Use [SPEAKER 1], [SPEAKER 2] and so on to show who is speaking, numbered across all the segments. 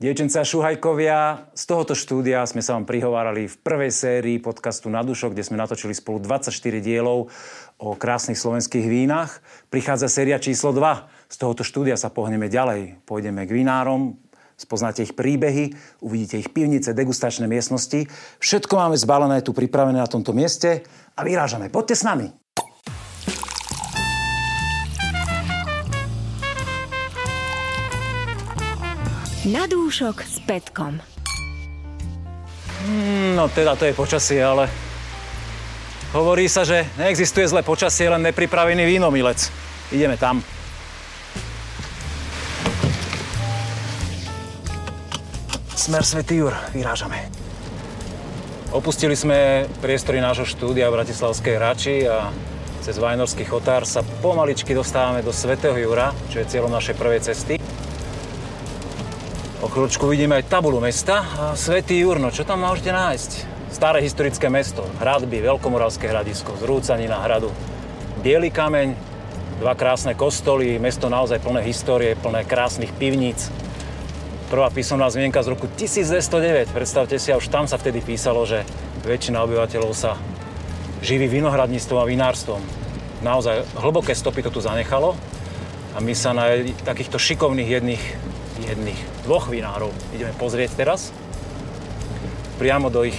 [SPEAKER 1] Dievčenca Šuhajkovia, z tohoto štúdia sme sa vám prihovárali v prvej sérii podcastu Na dušo, kde sme natočili spolu 24 dielov o krásnych slovenských vínach. Prichádza séria číslo 2. Z tohoto štúdia sa pohneme ďalej. Pôjdeme k vinárom, spoznáte ich príbehy, uvidíte ich pivnice, degustačné miestnosti. Všetko máme zbalené tu pripravené na tomto mieste a vyrážame. Poďte s nami.
[SPEAKER 2] Nadúšok s Petkom.
[SPEAKER 1] No teda to je počasie, ale hovorí sa, že neexistuje zlé počasie, len nepripravený vínomilec. Ideme tam. Smer Svetý Jur, vyrážame. Opustili sme priestory nášho štúdia v Bratislavskej Rači a cez Vajnorský chotár sa pomaličky dostávame do Svetého Jura, čo je cieľom našej prvej cesty. O chvíľočku vidíme aj tabulu mesta a Svetý Jurno. Čo tam môžete nájsť? Staré historické mesto, hradby, Veľkomoravské hradisko, zrúcanina hradu, biely kameň, dva krásne kostoly, mesto naozaj plné histórie, plné krásnych pivníc. Prvá písomná zmienka z roku 1209. Predstavte si, a už tam sa vtedy písalo, že väčšina obyvateľov sa živí vinohradníctvom a vinárstvom. Naozaj hlboké stopy to tu zanechalo a my sa na takýchto šikovných jedných jedných dvoch vinárov ideme pozrieť teraz. Priamo do ich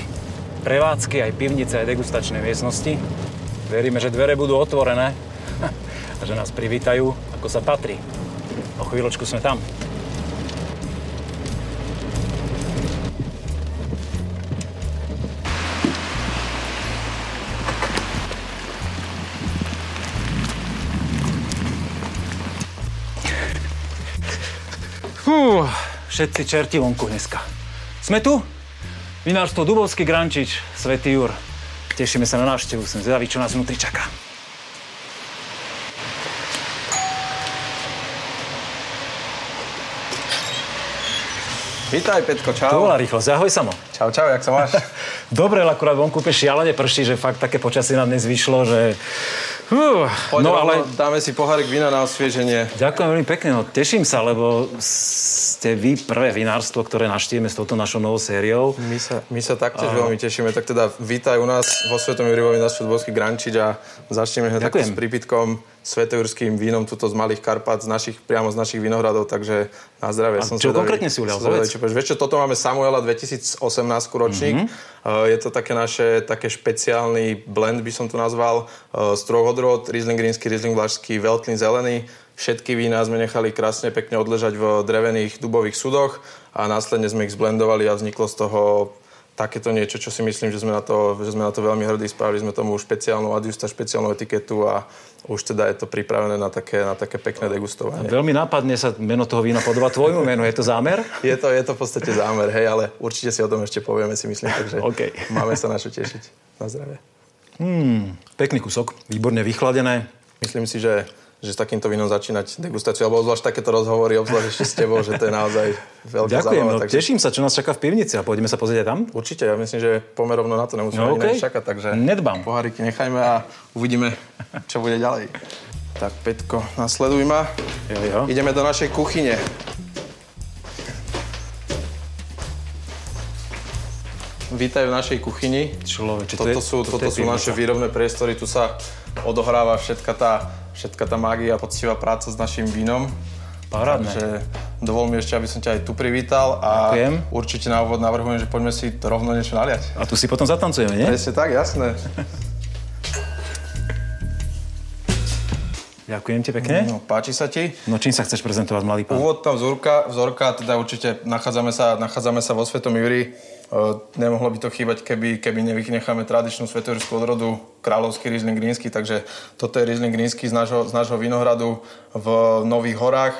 [SPEAKER 1] prevádzky, aj pivnice, aj degustačné miestnosti. Veríme, že dvere budú otvorené a že nás privítajú, ako sa patrí. O chvíľočku sme tam. Fú, všetci čerti vonku dneska. Sme tu? Vinárstvo Dubovský Grančič, Svetý Jur. Tešíme sa na návštevu, som zvedavý, čo nás vnútri čaká.
[SPEAKER 3] Vítaj,
[SPEAKER 1] To
[SPEAKER 3] Petko, čau.
[SPEAKER 1] bola rýchlosť, ahoj samo.
[SPEAKER 3] Čau, čau, jak sa máš?
[SPEAKER 1] Dobre, ale akurát vonku úplne šialene prší, že fakt také počasie nám dnes vyšlo, že... Fú,
[SPEAKER 3] Poď
[SPEAKER 1] no ale
[SPEAKER 3] dáme si pohárik vína na osvieženie.
[SPEAKER 1] Ďakujem veľmi pekne, no teším sa, lebo ste vy prvé vinárstvo, ktoré naštívime s touto našou novou sériou.
[SPEAKER 3] My sa, my sa taktiež veľmi tešíme, tak teda vítaj u nás vo Svetom Jurivovi na Študbovský Grančič a začneme hneď takto
[SPEAKER 1] Ďakujem.
[SPEAKER 3] s prípitkom svetojurským vínom tuto z Malých Karpát, z našich, priamo z našich vinohradov, takže na zdravie.
[SPEAKER 1] A čo konkrétne si ulial?
[SPEAKER 3] som zvedavý,
[SPEAKER 1] Povedz.
[SPEAKER 3] čo povieš. Vieš čo, toto máme Samuela 2018 ročník. Uh, Je to také naše, také špeciálny blend, by som to nazval. Uh, Strohodrot, Riesling Grínsky, Riesling Vlašský, Veltlin Zelený. Všetky vína sme nechali krásne pekne odležať v drevených dubových sudoch a následne sme ich zblendovali a vzniklo z toho takéto niečo, čo si myslím, že sme na to, že sme na to veľmi hrdí. Spravili sme tomu špeciálnu adjusta, špeciálnu etiketu a už teda je to pripravené na také, na také pekné degustovanie.
[SPEAKER 1] Veľmi nápadne sa meno toho vína podoba tvojmu menu, je to zámer?
[SPEAKER 3] Je to, je to v podstate zámer, hej, ale určite si o tom ešte povieme, si myslím, takže
[SPEAKER 1] OK.
[SPEAKER 3] máme sa na čo tešiť. Na zdravie.
[SPEAKER 1] Pekný kusok, výborne vychladené.
[SPEAKER 3] Myslím si, že, že s takýmto vínom začínať degustáciu, alebo obzvlášť takéto rozhovory, obzvlášť ešte s tebou, že to je naozaj veľká
[SPEAKER 1] Ďakujem,
[SPEAKER 3] zábava.
[SPEAKER 1] no, teším sa, čo nás čaká v pivnici a poďme sa pozrieť aj tam.
[SPEAKER 3] Určite, ja myslím, že pomerovno na to nemusíme
[SPEAKER 1] No,
[SPEAKER 3] no,
[SPEAKER 1] okej.
[SPEAKER 3] okay. čakať, takže
[SPEAKER 1] Nedbám.
[SPEAKER 3] poháriky nechajme a uvidíme, čo bude ďalej. Tak, Petko, nasleduj ma.
[SPEAKER 1] Jo, jo.
[SPEAKER 3] Ideme do našej kuchyne. Vítaj v našej kuchyni.
[SPEAKER 1] Človeče,
[SPEAKER 3] Toto sú, toto sú naše výrobné priestory, tu sa odohráva všetka tá, všetka tá mágia a poctivá práca s našim vínom.
[SPEAKER 1] Parádne.
[SPEAKER 3] Takže dovol mi ešte, aby som ťa aj tu privítal a
[SPEAKER 1] Ďakujem.
[SPEAKER 3] určite na úvod navrhujem, že poďme si to rovno niečo naliať.
[SPEAKER 1] A tu si potom zatancujeme, nie?
[SPEAKER 3] Presne tak, jasné.
[SPEAKER 1] Ďakujem ti pekne.
[SPEAKER 3] No, páči sa ti?
[SPEAKER 1] No čím sa chceš prezentovať, mladý pán?
[SPEAKER 3] Úvodná vzorka, vzorka teda určite nachádzame sa, nachádzame sa vo Svetom Juri. Eh, Nemohlo by to chýbať, keby, keby nevynecháme tradičnú svetojurskú odrodu kráľovský Riesling Grínsky, takže toto je Riesling Grínsky z nášho, z nášho vinohradu v Nových horách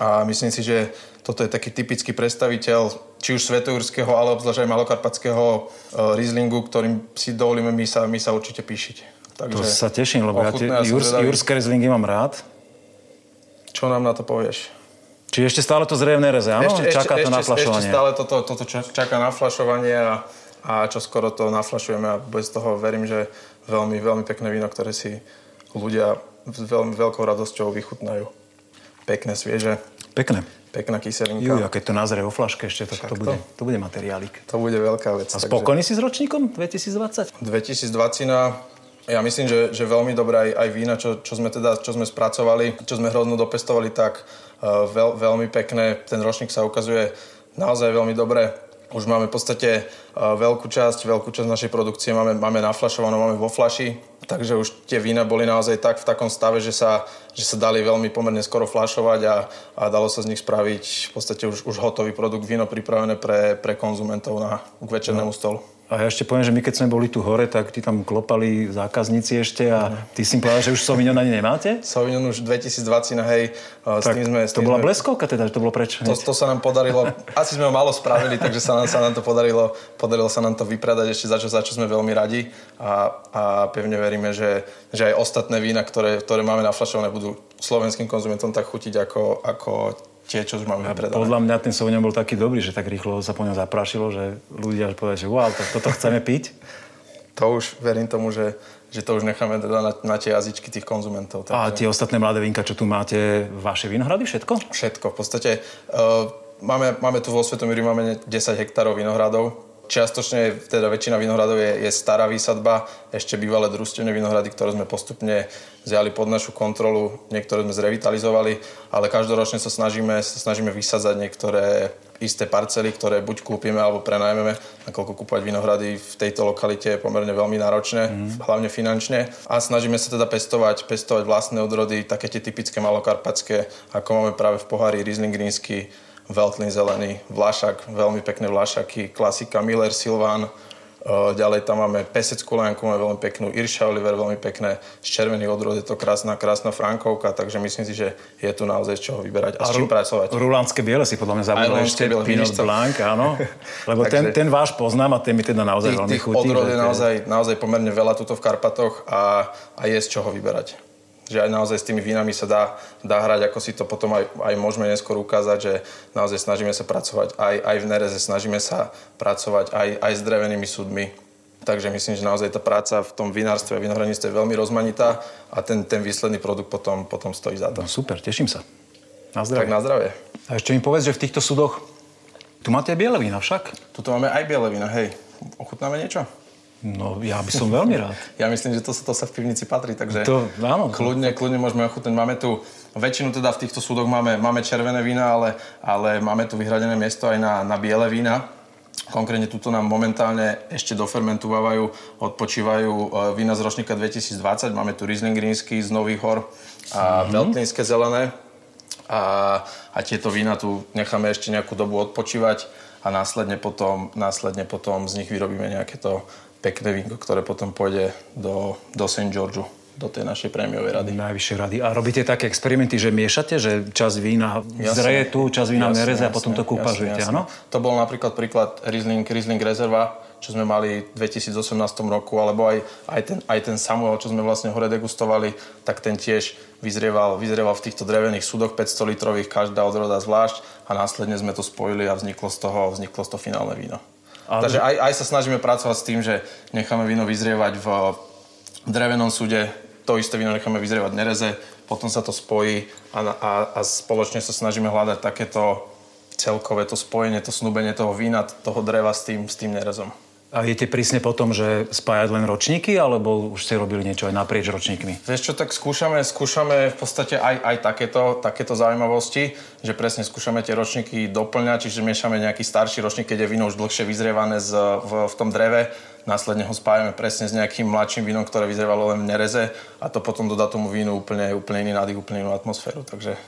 [SPEAKER 3] a myslím si, že toto je taký typický predstaviteľ či už svetojurského, ale obzvlášť aj malokarpatského eh, Rieslingu, ktorým si dovolíme my sa, my sa určite píšiť. Takže
[SPEAKER 1] To sa teším, lebo ja tie
[SPEAKER 3] ochutná, som
[SPEAKER 1] jurs,
[SPEAKER 3] zvedavý,
[SPEAKER 1] jurské rezlingy mám rád.
[SPEAKER 3] Čo nám na to povieš?
[SPEAKER 1] Či ešte stále to zrejemné reze, áno? Čaká to
[SPEAKER 3] ešte,
[SPEAKER 1] na flašovanie.
[SPEAKER 3] Ešte stále toto, toto ča- čaká na flašovanie a, a čo skoro to naflašujeme a bez toho verím, že veľmi, veľmi pekné víno, ktoré si ľudia s veľmi veľkou radosťou vychutnajú. Pekné, svieže.
[SPEAKER 1] Pekné.
[SPEAKER 3] Pekná kyselinka.
[SPEAKER 1] Juj, a keď to nazrie vo flaške ešte, tak to bude, to bude materiálik.
[SPEAKER 3] To bude veľká vec.
[SPEAKER 1] A spokojný si s ročníkom 2020?
[SPEAKER 3] 2020 no ja myslím, že, že veľmi dobré aj, aj vína, čo, čo sme teda, čo sme spracovali, čo sme hrozno dopestovali, tak uh, veľ, veľmi pekné. Ten ročník sa ukazuje naozaj veľmi dobre. Už máme v podstate uh, veľkú časť, veľkú časť našej produkcie máme, máme naflašovanú, máme vo flaši, takže už tie vína boli naozaj tak v takom stave, že sa, že sa dali veľmi pomerne skoro flašovať a, a dalo sa z nich spraviť v podstate už, už hotový produkt, víno pripravené pre, pre konzumentov na, k večernému stolu.
[SPEAKER 1] A ja ešte poviem, že my keď sme boli tu hore, tak ti tam klopali zákazníci ešte a ty si im povedal, že už Sauvignon ani nemáte?
[SPEAKER 3] Sauvignon už 2020, hej, e, s
[SPEAKER 1] Tak
[SPEAKER 3] tým sme... S
[SPEAKER 1] to
[SPEAKER 3] tým
[SPEAKER 1] bola
[SPEAKER 3] sme,
[SPEAKER 1] bleskovka teda, že to bolo preč.
[SPEAKER 3] To,
[SPEAKER 1] hneď.
[SPEAKER 3] to sa nám podarilo, asi sme ho málo spravili, takže sa nám, sa nám to podarilo, podarilo sa nám to vypredať ešte, za čo, za čo sme veľmi radi a, a pevne veríme, že, že aj ostatné vína, ktoré, ktoré máme naflašované, budú slovenským konzumentom tak chutiť ako, ako tie, čo už máme vypredané.
[SPEAKER 1] Podľa mňa ten Sauvignon bol taký dobrý, že tak rýchlo sa po ňom zaprašilo, že ľudia až povedali, že wow, tak toto chceme piť.
[SPEAKER 3] To už verím tomu, že, že to už necháme teda na, na tie jazyčky tých konzumentov. Takže...
[SPEAKER 1] A tie ostatné mladé vínka, čo tu máte, vaše vinohrady všetko?
[SPEAKER 3] Všetko. V podstate uh, máme, máme tu vo Svetomíri máme ne- 10 hektárov vinohradov. Čiastočne, teda väčšina vinohradov je, je stará výsadba, ešte bývalé družstevné vinohrady, ktoré sme postupne vzali pod našu kontrolu, niektoré sme zrevitalizovali, ale každoročne sa snažíme, sa snažíme vysadzať niektoré isté parcely, ktoré buď kúpime alebo prenajmeme, nakoľko kúpať vinohrady v tejto lokalite je pomerne veľmi náročné, hlavne finančne. A snažíme sa teda pestovať, pestovať vlastné odrody, také tie typické malokarpatské, ako máme práve v pohári Riesling Grínsky, Veltlin zelený, Vlašak, veľmi pekné Vlašaky, klasika Miller Silvan, E, Ďalej tam máme peseckú lánku, máme veľmi peknú Irša Oliver, veľmi pekné z červených odrod, je to krásna, krásna Frankovka, takže myslím si, že je tu naozaj z čoho vyberať a s čím pracovať.
[SPEAKER 1] Rulánske biele si podľa mňa zabudol
[SPEAKER 3] Aj
[SPEAKER 1] ešte
[SPEAKER 3] rulanské biele,
[SPEAKER 1] Pinot
[SPEAKER 3] vidíš to?
[SPEAKER 1] Blanc, áno. Lebo ten,
[SPEAKER 3] Takže-
[SPEAKER 1] ten váš poznám a ten mi teda naozaj
[SPEAKER 3] Tých,
[SPEAKER 1] veľmi
[SPEAKER 3] tých
[SPEAKER 1] chutí.
[SPEAKER 3] odrod
[SPEAKER 1] že to
[SPEAKER 3] je
[SPEAKER 1] je-
[SPEAKER 3] naozaj, naozaj pomerne veľa tuto v Karpatoch a, a je z čoho vyberať. Že aj naozaj s tými vínami sa dá, dá hrať, ako si to potom aj, aj môžeme neskôr ukázať, že naozaj snažíme sa pracovať aj, aj v nereze, snažíme sa pracovať aj, aj s drevenými súdmi. Takže myslím, že naozaj tá práca v tom vinárstve a vinohradníctve je veľmi rozmanitá a ten, ten výsledný produkt potom, potom stojí za
[SPEAKER 1] No
[SPEAKER 3] to.
[SPEAKER 1] super, teším sa. Na
[SPEAKER 3] Tak
[SPEAKER 1] zdravie.
[SPEAKER 3] na zdravie.
[SPEAKER 1] A ešte mi povedz, že v týchto súdoch tu máte aj biele vína však.
[SPEAKER 3] Tuto máme aj biele vína, hej. Ochutnáme niečo?
[SPEAKER 1] No ja by som veľmi rád.
[SPEAKER 3] Ja myslím, že to, sa- to sa v pivnici patrí, takže
[SPEAKER 1] To- áno.
[SPEAKER 3] kľudne, kľudne môžeme ochutnať. Máme tu, väčšinu teda v týchto súdoch máme, máme červené vína, ale, ale máme tu vyhradené miesto aj na, na biele vína. Konkrétne tuto nám momentálne ešte dofermentovávajú, odpočívajú e, vína z ročníka 2020. Máme tu Riesling Grínsky z Nových hor a mm-hmm. Veltlínske zelené a, a tieto vína tu necháme ešte nejakú dobu odpočívať a následne potom, následne potom z nich vyrobíme nejaké to pekné vínko, ktoré potom pôjde do, do St. Georgeu, do tej našej prémiovej rady.
[SPEAKER 1] Najvyššie rady. A robíte také experimenty, že miešate, že čas vína zreje tu, čas vína
[SPEAKER 3] Jasné,
[SPEAKER 1] nereze a
[SPEAKER 3] jasné,
[SPEAKER 1] potom to
[SPEAKER 3] jasné,
[SPEAKER 1] kúpažujete,
[SPEAKER 3] jasné.
[SPEAKER 1] áno?
[SPEAKER 3] To bol napríklad príklad Riesling, Riesling Rezerva, čo sme mali v 2018 roku, alebo aj, aj, ten, aj ten Samuel, čo sme vlastne hore degustovali, tak ten tiež vyzrieval, vyzrieval v týchto drevených súdoch 500 litrových, každá odroda zvlášť a následne sme to spojili a vzniklo z toho, vzniklo z toho finálne víno.
[SPEAKER 1] Ale-
[SPEAKER 3] Ale... Takže aj, aj sa snažíme pracovať s tým, že necháme víno vyzrievať v v drevenom súde to isté víno necháme vyzrievať v nereze, potom sa to spojí a, na- a, a spoločne sa snažíme hľadať takéto celkové to spojenie, to snúbenie toho vína, toho dreva s tým, s tým nerezom.
[SPEAKER 1] A jete prísne potom, že spájať len ročníky, alebo už ste robili niečo aj naprieč ročníkmi?
[SPEAKER 3] Vieš čo, tak skúšame, skúšame v podstate aj, aj takéto, takéto zaujímavosti, že presne skúšame tie ročníky doplňať, čiže miešame nejaký starší ročník, keď je víno už dlhšie vyzrievané z, v, v tom dreve, následne ho spájame presne s nejakým mladším vínom, ktoré vyzrievalo len v nereze a to potom dodá tomu vínu úplne, úplne iný nádych, úplne inú atmosféru, takže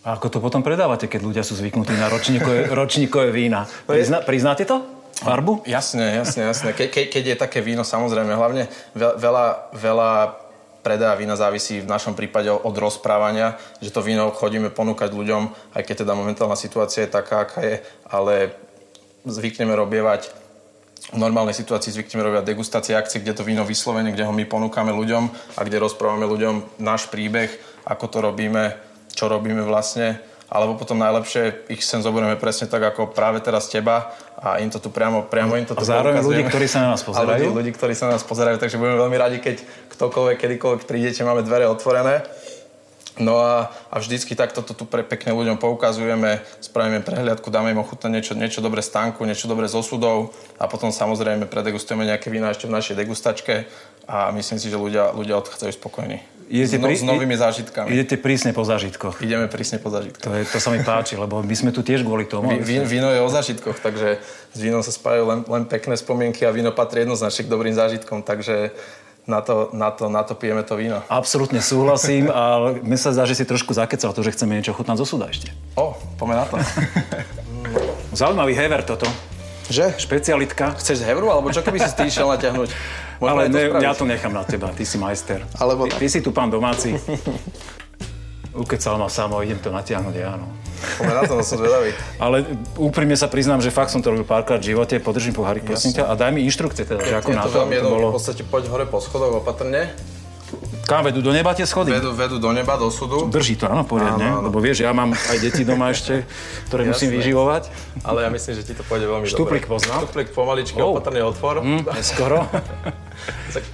[SPEAKER 1] A ako to potom predávate, keď ľudia sú zvyknutí na ročníkové, ročníkové vína? Prizna, priznáte to? Farbu?
[SPEAKER 3] Jasné, jasné, jasné. Ke, ke, keď je také víno, samozrejme, hlavne veľ, veľa, veľa predaja vína závisí v našom prípade od rozprávania, že to víno chodíme ponúkať ľuďom, aj keď teda momentálna situácia je taká, aká je, ale zvykneme robievať v normálnej situácii zvykneme robiť degustácie akcie, kde to víno vyslovene, kde ho my ponúkame ľuďom a kde rozprávame ľuďom náš príbeh, ako to robíme, čo robíme vlastne. Alebo potom najlepšie ich sem zoberieme presne tak, ako práve teraz teba a im to tu priamo, priamo im to tu
[SPEAKER 1] A zároveň ľudí,
[SPEAKER 3] poukazujeme.
[SPEAKER 1] ktorí sa na nás
[SPEAKER 3] A
[SPEAKER 1] pozerajú.
[SPEAKER 3] Ľudí, ľudí, ktorí sa na nás pozerajú, takže budeme veľmi radi, keď ktokoľvek, kedykoľvek prídete, máme dvere otvorené No a, a vždycky takto to tu pre pekne ľuďom poukazujeme, spravíme prehliadku, dáme im ochutnať niečo, niečo dobre z tanku, niečo dobre z osudov a potom samozrejme predegustujeme nejaké vína ešte v našej degustačke a myslím si, že ľudia, ľudia odchádzajú spokojní.
[SPEAKER 1] Idete
[SPEAKER 3] s, no,
[SPEAKER 1] pri-
[SPEAKER 3] s novými zážitkami.
[SPEAKER 1] Idete prísne po zážitkoch.
[SPEAKER 3] Ideme prísne po zážitkoch.
[SPEAKER 1] To, je, to sa mi páči, lebo my sme tu tiež kvôli tomu. aby
[SPEAKER 3] Ví- Vín,
[SPEAKER 1] ste-
[SPEAKER 3] víno je o zážitkoch, takže s vínom sa spájajú len, len pekné spomienky a víno patrí jednoznačne k dobrým zážitkom, takže na to, na to, na to pijeme to víno.
[SPEAKER 1] Absolútne súhlasím, ale mne sa zdá, že si trošku zakecal to, že chceme niečo chutnať zo súda ešte.
[SPEAKER 3] O, poďme na to.
[SPEAKER 1] Zaujímavý hever toto.
[SPEAKER 3] Že?
[SPEAKER 1] Špecialitka.
[SPEAKER 3] Chceš z Hevru, alebo čo keby si ty išiel natiahnuť? Môžeme
[SPEAKER 1] Ale
[SPEAKER 3] aj
[SPEAKER 1] ne,
[SPEAKER 3] spraviť.
[SPEAKER 1] ja to nechám na teba, ty si majster.
[SPEAKER 3] Alebo
[SPEAKER 1] ty,
[SPEAKER 3] tak.
[SPEAKER 1] ty si tu pán domáci. Ukecal ma samo, idem to natiahnuť, ja no.
[SPEAKER 3] Poďme na to, no som zvedavý.
[SPEAKER 1] Ale úprimne sa priznám, že fakt som to robil párkrát v živote. Podržím pohárik, prosím ťa, a daj mi inštrukcie teda, že ako
[SPEAKER 3] Je
[SPEAKER 1] na
[SPEAKER 3] to
[SPEAKER 1] to,
[SPEAKER 3] veľmi
[SPEAKER 1] aby to
[SPEAKER 3] jedno,
[SPEAKER 1] bolo.
[SPEAKER 3] v podstate poď hore po schodoch opatrne.
[SPEAKER 1] Kam vedú do neba tie schody?
[SPEAKER 3] Vedú, vedú do neba, do sudu.
[SPEAKER 1] Drží to, áno, poriadne,
[SPEAKER 3] Áno, áno.
[SPEAKER 1] lebo vieš, ja mám aj deti doma ešte, ktoré musím
[SPEAKER 3] Jasné.
[SPEAKER 1] vyživovať.
[SPEAKER 3] Ale ja myslím, že ti to pôjde veľmi
[SPEAKER 1] Štúplik
[SPEAKER 3] dobre.
[SPEAKER 1] poznám.
[SPEAKER 3] Štúplik pomaličky,
[SPEAKER 1] Oh.
[SPEAKER 3] opatrne otvor.
[SPEAKER 1] Skoro.
[SPEAKER 3] Tak-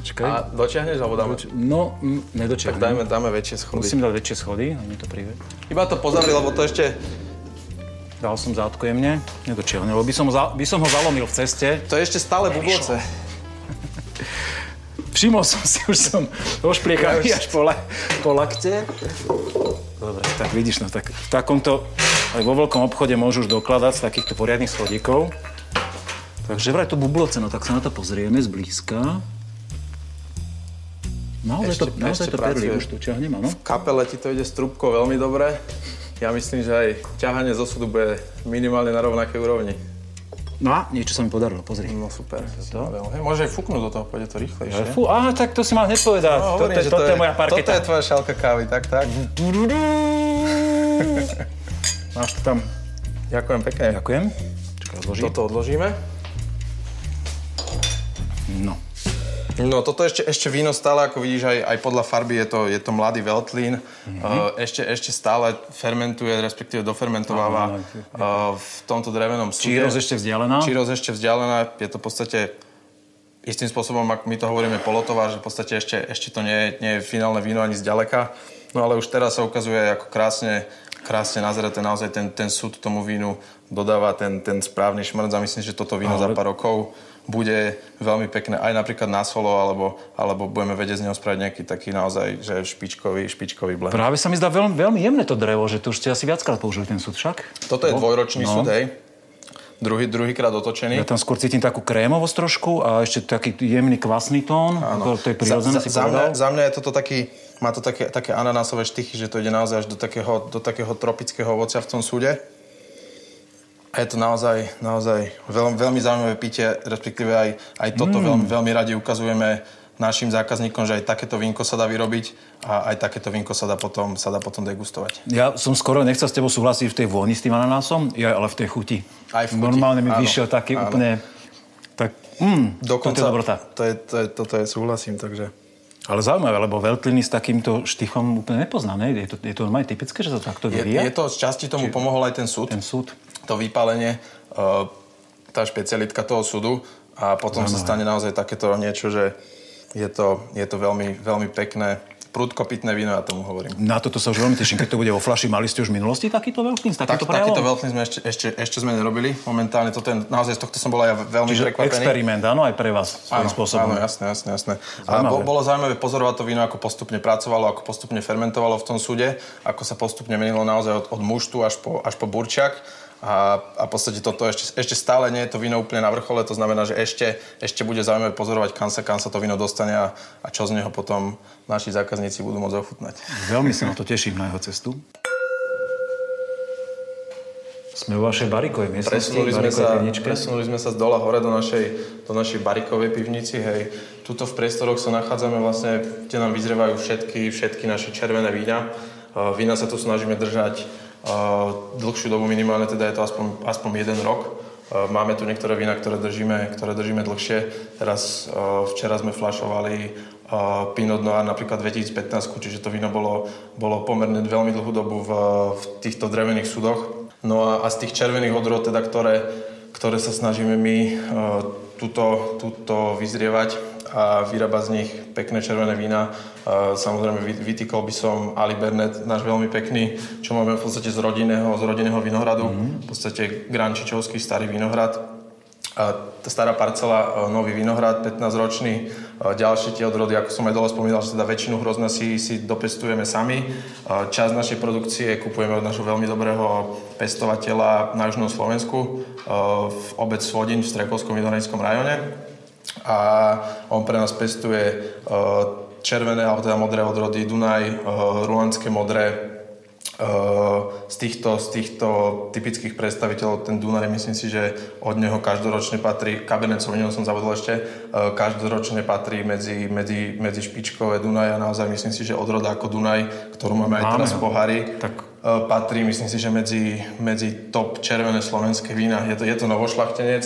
[SPEAKER 1] Čakaj.
[SPEAKER 3] A dotiahneš, alebo dáme?
[SPEAKER 1] No, mm, nedočakám.
[SPEAKER 3] Tak dajme, dáme väčšie schody.
[SPEAKER 1] Musím dať väčšie schody, a mi to príde.
[SPEAKER 3] Iba to pozavri, lebo to ešte...
[SPEAKER 1] Dal som zátko jemne, nedočiel, lebo by som, ho za, by som ho zalomil v ceste.
[SPEAKER 3] To je ešte stále bubloce.
[SPEAKER 1] Všimol som si, už som ošpliekaný
[SPEAKER 3] Ja už-
[SPEAKER 1] až po, la, po lakte. Dobre, tak vidíš, no tak v takomto, aj vo veľkom obchode môžu už dokladať z takýchto poriadnych schodíkov. Takže vraj to bubloce, no tak sa na to pozrieme zblízka. Naozaj to,
[SPEAKER 3] Ešte-
[SPEAKER 1] naozaj
[SPEAKER 3] ešte
[SPEAKER 1] to perlí,
[SPEAKER 3] pracuje.
[SPEAKER 1] už to čiahnem, áno?
[SPEAKER 3] Kapele ti to ide s trúbkou veľmi dobre. Ja myslím, že aj ťahanie z osudu bude minimálne na rovnakej úrovni.
[SPEAKER 1] No a niečo sa mi podarilo, pozri.
[SPEAKER 3] No super. Hej, môže aj fúknúť do toho, pôjde to rýchlejšie.
[SPEAKER 1] Fú, aha, tak to si mal hneď povedať.
[SPEAKER 3] No,
[SPEAKER 1] toto,
[SPEAKER 3] hovorím,
[SPEAKER 1] je,
[SPEAKER 3] že
[SPEAKER 1] toto je, moja parketa.
[SPEAKER 3] Toto je tvoja šálka kávy, tak, tak.
[SPEAKER 1] Máš to tam.
[SPEAKER 3] Ďakujem pekne.
[SPEAKER 1] Ďakujem. Čakaj, odložím.
[SPEAKER 3] Toto odložíme.
[SPEAKER 1] No.
[SPEAKER 3] No toto ešte, ešte víno stále, ako vidíš, aj, aj podľa farby je to, je to mladý veltlín.
[SPEAKER 1] Mhm.
[SPEAKER 3] Mm-hmm. Ešte, ešte stále fermentuje, respektíve dofermentováva
[SPEAKER 1] Áno, áno.
[SPEAKER 3] eh, v tomto drevenom súde.
[SPEAKER 1] Číros ešte vzdialená.
[SPEAKER 3] Číros ešte vzdialená, je to v podstate istým spôsobom, ak my to hovoríme polotovár, že v podstate ešte, ešte to nie, nie je finálne víno ani zďaleka. No ale už teraz sa ukazuje, ako krásne, krásne nazreté naozaj ten, ten súd tomu vínu dodáva ten, ten správny šmrnc a myslím, že toto víno
[SPEAKER 1] Ale-
[SPEAKER 3] za pár rokov bude veľmi pekné aj napríklad na solo, alebo, alebo budeme vedieť z neho spraviť nejaký taký naozaj že špičkový, špičkový blend.
[SPEAKER 1] Práve sa mi zdá veľmi, veľmi jemné to drevo, že to už ste asi viackrát použili ten súd však.
[SPEAKER 3] Toto je dvojročný
[SPEAKER 1] No.
[SPEAKER 3] no. súd, hej. Druhý, druhýkrát otočený.
[SPEAKER 1] Ja tam skôr cítim takú krémovosť trošku a ešte taký jemný kvasný tón. Áno. To, to je prirodzené,
[SPEAKER 3] za,
[SPEAKER 1] si
[SPEAKER 3] za,
[SPEAKER 1] povedal.
[SPEAKER 3] mňa, za mňa je toto taký, má to také, také ananásové štychy, že to ide naozaj až do takého, do takého tropického ovocia v tom súde. A je to naozaj, naozaj veľmi, veľmi zaujímavé pitie, respektíve aj, aj toto mm. veľmi, veľmi radi ukazujeme našim zákazníkom, že aj takéto vínko sa dá vyrobiť a aj takéto vínko sa dá potom, sa dá potom degustovať.
[SPEAKER 1] Ja som skoro nechcel s tebou súhlasiť v tej vôni s tým ananásom, ja, ale v tej chuti.
[SPEAKER 3] Aj v chuti,
[SPEAKER 1] Normálne mi
[SPEAKER 3] áno,
[SPEAKER 1] vyšiel taký
[SPEAKER 3] áno.
[SPEAKER 1] úplne... Tak, mm,
[SPEAKER 3] Dokonca,
[SPEAKER 1] toto je dobrota.
[SPEAKER 3] to je, to je, toto je, súhlasím, takže...
[SPEAKER 1] Ale zaujímavé, lebo veltliny s takýmto štychom úplne nepoznám, ne? Je to, je to normálne typické, že sa takto
[SPEAKER 3] Je,
[SPEAKER 1] vyvíja?
[SPEAKER 3] je to, z časti tomu pomohol aj ten súd.
[SPEAKER 1] Ten súd.
[SPEAKER 3] to vypálenie, eh, tá špecialitka toho súdu a potom sa stane naozaj takéto niečo, že je to, je to veľmi, veľmi pekné, prudkopitné víno, ja tomu hovorím.
[SPEAKER 1] Na toto sa už veľmi teším, keď to bude vo flaši. Mali ste už v minulosti takýto veltlín s
[SPEAKER 3] Tak,
[SPEAKER 1] takýmto prejavom?
[SPEAKER 3] takýto veľký sme ešte, ešte, ešte sme nerobili momentálne. Toto je, naozaj z tohto som bol aj ja veľmi
[SPEAKER 1] Čiže
[SPEAKER 3] prekvapený.
[SPEAKER 1] experiment, áno, aj pre vás svojím spôsobom.
[SPEAKER 3] Áno, jasné, jasné, jasné. A
[SPEAKER 1] Zaujímavé.
[SPEAKER 3] bo, bolo zaujímavé pozorovať to víno, ako postupne pracovalo, ako postupne fermentovalo v tom súde, ako sa postupne menilo naozaj od, od muštu až po, až po burčiak. A, a v podstate toto ešte, ešte stále nie je to víno úplne na vrchole, to znamená, že ešte, ešte bude zaujímavé pozorovať, kam sa, kam sa to víno dostane a, a čo z neho potom naši zákazníci budú môcť ochutnať.
[SPEAKER 1] Veľmi sa na to teším, na jeho cestu. Sme vo vašej barikovej miestnosti,
[SPEAKER 3] Presunuli sme,
[SPEAKER 1] barikovej
[SPEAKER 3] sa,
[SPEAKER 1] pivničke.
[SPEAKER 3] presunuli sme sa z dola hore do našej, do našej barikovej pivnici, hej. Tuto v priestoroch sa nachádzame vlastne, kde nám vyzrievajú všetky, všetky naše červené vína. Eh, Vína sa tu snažíme držať eh, dlhšiu dobu minimálne, teda je to aspoň, aspoň jeden rok. Eh, Máme tu niektoré vína, ktoré držíme, ktoré držíme dlhšie. Teraz eh, včera sme flašovali eh, Pinot Noir napríklad 2015, čiže to víno bolo, bolo pomerne veľmi dlhú dobu v, v týchto drevených sudoch. No a, a z tých červených odrod, teda, ktoré, ktoré sa snažíme my e, tuto, tuto vyzrievať a a vyrába z nich pekné červené vína. E, Samozrejme vy- vytýkol by som Ali Bernet, náš veľmi pekný, čo máme v podstate z rodinného, z rodinného vinohradu, v podstate Grančičovský starý vinohrad. A tá stará parcela, e, nový vinohrad, 15-ročný, e, ďalšie tie odrody, ako som aj dole spomínal, že teda väčšinu hrozna si, si dopestujeme sami. E, Časť našej produkcie kupujeme od našho veľmi dobrého pestovateľa na Južnom Slovensku, e, v obec Svodin v Strekovskom Vinohradinskom rajone. A on pre nás pestuje e, červené, alebo teda modré odrody, Dunaj, e, rulandské modré, Uh, z týchto, z týchto typických predstaviteľov, ten Dunaj, myslím si, že od neho každoročne patrí, Cabernet Sauvignon som zabudol ešte, uh, každoročne patrí medzi, medzi, medzi špičkové Dunaja, naozaj myslím si, že odroda ako Dunaj, ktorú máme aj
[SPEAKER 1] Máme
[SPEAKER 3] teraz
[SPEAKER 1] ho.
[SPEAKER 3] v pohári,
[SPEAKER 1] Tak.
[SPEAKER 3] uh, patrí, myslím si, že medzi, medzi top červené slovenské vína. Je to, je to novošlachtenec,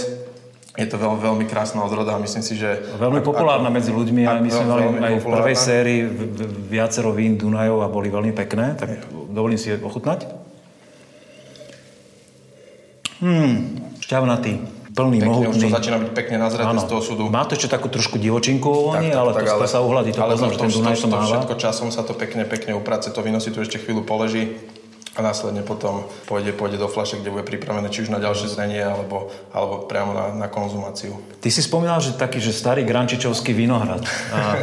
[SPEAKER 3] je to veľ, veľmi krásna odroda, a myslím si, že...
[SPEAKER 1] Veľmi
[SPEAKER 3] ako-
[SPEAKER 1] populárna
[SPEAKER 3] ako-
[SPEAKER 1] medzi ľuďmi, aj my
[SPEAKER 3] ako-
[SPEAKER 1] sme mali
[SPEAKER 3] veľmi
[SPEAKER 1] aj v prvej
[SPEAKER 3] populárna.
[SPEAKER 1] sérii v- v- viacero vín Dunajov a boli veľmi pekné, tak dovolím si je ochutnať. Hmm, šťavnatý, plný,
[SPEAKER 3] Pekne, už
[SPEAKER 1] mohutný.
[SPEAKER 3] to začína byť pekne nazreté z toho sudu.
[SPEAKER 1] Má to čo takú trošku divočinku voní, No ale to ale, sa uhladí, to
[SPEAKER 3] no,
[SPEAKER 1] poznám, že ten Dunaj to máva.
[SPEAKER 3] všetko časom sa to pekne, pekne uprace, to víno si tu ešte chvíľu položí a následne potom pôjde, pôjde do flaše, kde bude pripravené či už na ďalšie zrenie, alebo, alebo priamo na, na konzumáciu.
[SPEAKER 1] Ty si spomínal, že taký, že starý Grančičovský vinohrad. A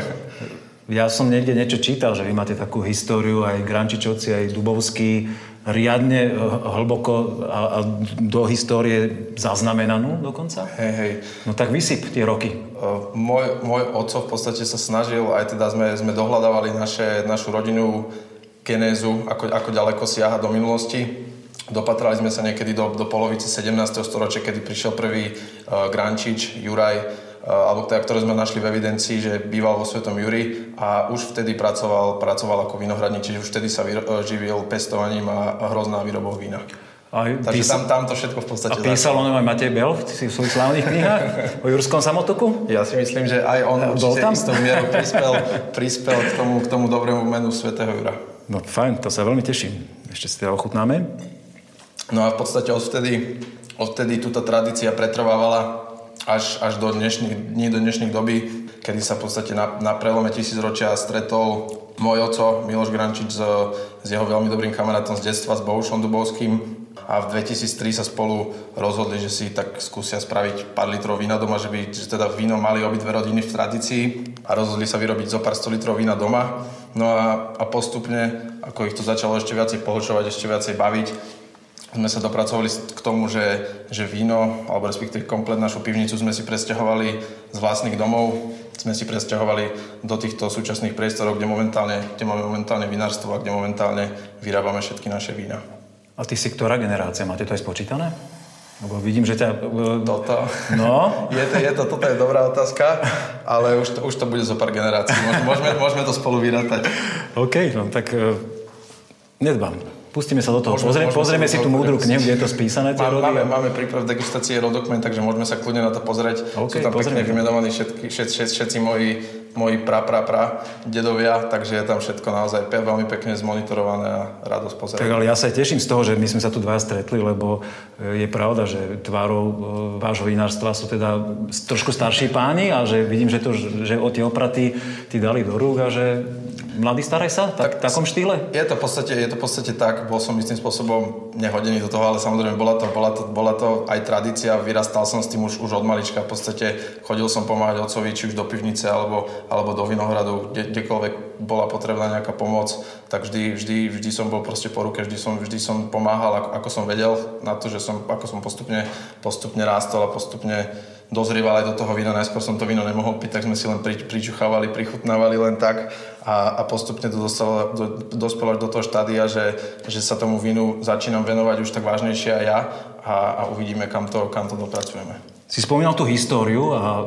[SPEAKER 1] ja som niekde niečo čítal, že vy máte takú históriu, aj Grančičovci, aj Dubovský, riadne eh, hlboko a, a do histórie zaznamenanú dokonca.
[SPEAKER 3] Hej, hej.
[SPEAKER 1] No tak vysyp tie roky.
[SPEAKER 3] Uh, Môj, môj oco v podstate sa snažil, aj teda sme, sme dohľadávali naše, našu rodinu genézu, ako, ako ďaleko siaha do minulosti. Dopatrali sme sa niekedy do, do polovice 17. storočia, kedy prišiel prvý uh, Grančič, Juraj, uh, alebo teda, ktoré sme našli v evidencii, že býval vo Svetom Juri a už vtedy pracoval, pracoval ako vinohradník, čiže už vtedy sa vyro- uh, živil pestovaním a hrozná výrobou vína.
[SPEAKER 1] A,
[SPEAKER 3] Takže
[SPEAKER 1] písa-
[SPEAKER 3] tam, tam to všetko v podstate
[SPEAKER 1] a písal o ňom aj Matej Bel v tých svojich slávnych knihách o Jurskom samotoku?
[SPEAKER 3] Ja si myslím, že aj on
[SPEAKER 1] Bol
[SPEAKER 3] určite
[SPEAKER 1] tam?
[SPEAKER 3] istou mierou prispel, prispel k, tomu, k tomu dobrému menu svätého Jura.
[SPEAKER 1] No fajn, to sa veľmi teším. Ešte si teda ochutnáme.
[SPEAKER 3] No a v podstate odvtedy, odvtedy túto tradícia pretrvávala až, až do dnešných dní, do dnešných doby, kedy sa v podstate na, na prelome tisícročia stretol môj oco Miloš Grančič s, s jeho veľmi dobrým kamarátom z detstva, s Bohušom Dubovským a v 2003 sa spolu rozhodli, že si tak skúsia spraviť pár litrov vína doma, že by že teda víno mali obidve rodiny v tradícii a rozhodli sa vyrobiť zo pár 100 litrov vína doma. No a, a postupne, ako ich to začalo ešte viacej pohľčovať, ešte viacej baviť, sme sa dopracovali k tomu, že, že víno, alebo respektíve komplet našu pivnicu sme si presťahovali z vlastných domov, sme si presťahovali do týchto súčasných priestorov, kde momentálne, kde máme momentálne vinárstvo a kde momentálne vyrábame všetky naše vína.
[SPEAKER 1] A ty si ktorá generácia? Máte to aj spočítané? Lebo vidím, že ťa...
[SPEAKER 3] Toto.
[SPEAKER 1] No,
[SPEAKER 3] Je to, je to, toto je dobrá otázka, ale už to, už to bude zo pár generácií. Môž- Môžeme, môžeme to spolu vyrátať.
[SPEAKER 1] OK, no tak e, nedbám. Pustíme sa do toho.
[SPEAKER 3] Môžeme-
[SPEAKER 1] Pozrie,
[SPEAKER 3] môžeme
[SPEAKER 1] pozrieme
[SPEAKER 3] sa
[SPEAKER 1] si
[SPEAKER 3] do
[SPEAKER 1] tú
[SPEAKER 3] toho
[SPEAKER 1] múdru
[SPEAKER 3] pozrieť.
[SPEAKER 1] knihu, kde je to spísané. Tie
[SPEAKER 3] Máme,
[SPEAKER 1] rody.
[SPEAKER 3] máme, máme príprav degustácie rodokmen, takže môžeme sa kľudne na to pozrieť.
[SPEAKER 1] OK,
[SPEAKER 3] Sú tam
[SPEAKER 1] pozrieme.
[SPEAKER 3] pekne vymenovaní všetky, všet, všet, všetci moji, moji pra, pra, pra dedovia, takže je tam všetko naozaj pe- veľmi pekne zmonitorované a radosť pozerať.
[SPEAKER 1] Tak ale ja sa teším z toho, že my sme sa tu dvaja stretli, lebo e, je pravda, že tvárou e, vášho vinárstva sú teda s- trošku starší páni a že vidím, že, to, že o tie opraty ti dali do rúk a že mladý staraj sa tak, v takom štýle.
[SPEAKER 3] Je to, v podstate, je to v podstate tak, bol som istým spôsobom nehodený do toho, ale samozrejme bola to, bola to, bola to aj tradícia, vyrastal som s tým už, už od malička, v podstate chodil som pomáhať otcovi, či už do pivnice alebo, alebo do Vinohradu, kde, kdekoľvek bola potrebná nejaká pomoc, tak vždy, vždy, vždy som bol proste po ruke, vždy som, vždy som pomáhal, ako, ako som vedel na to, že som, ako som postupne, postupne rástol a postupne dozrieval aj do toho vína. Najskôr som to víno nemohol piť, tak sme si len pri, pričuchávali, prichutnávali len tak a, a postupne to dostalo, do, dospelo až do toho štádia, že, že sa tomu vínu začínam venovať už tak vážnejšie aj ja a, a uvidíme, kam to, kam to dopracujeme.
[SPEAKER 1] Si spomínal tú históriu a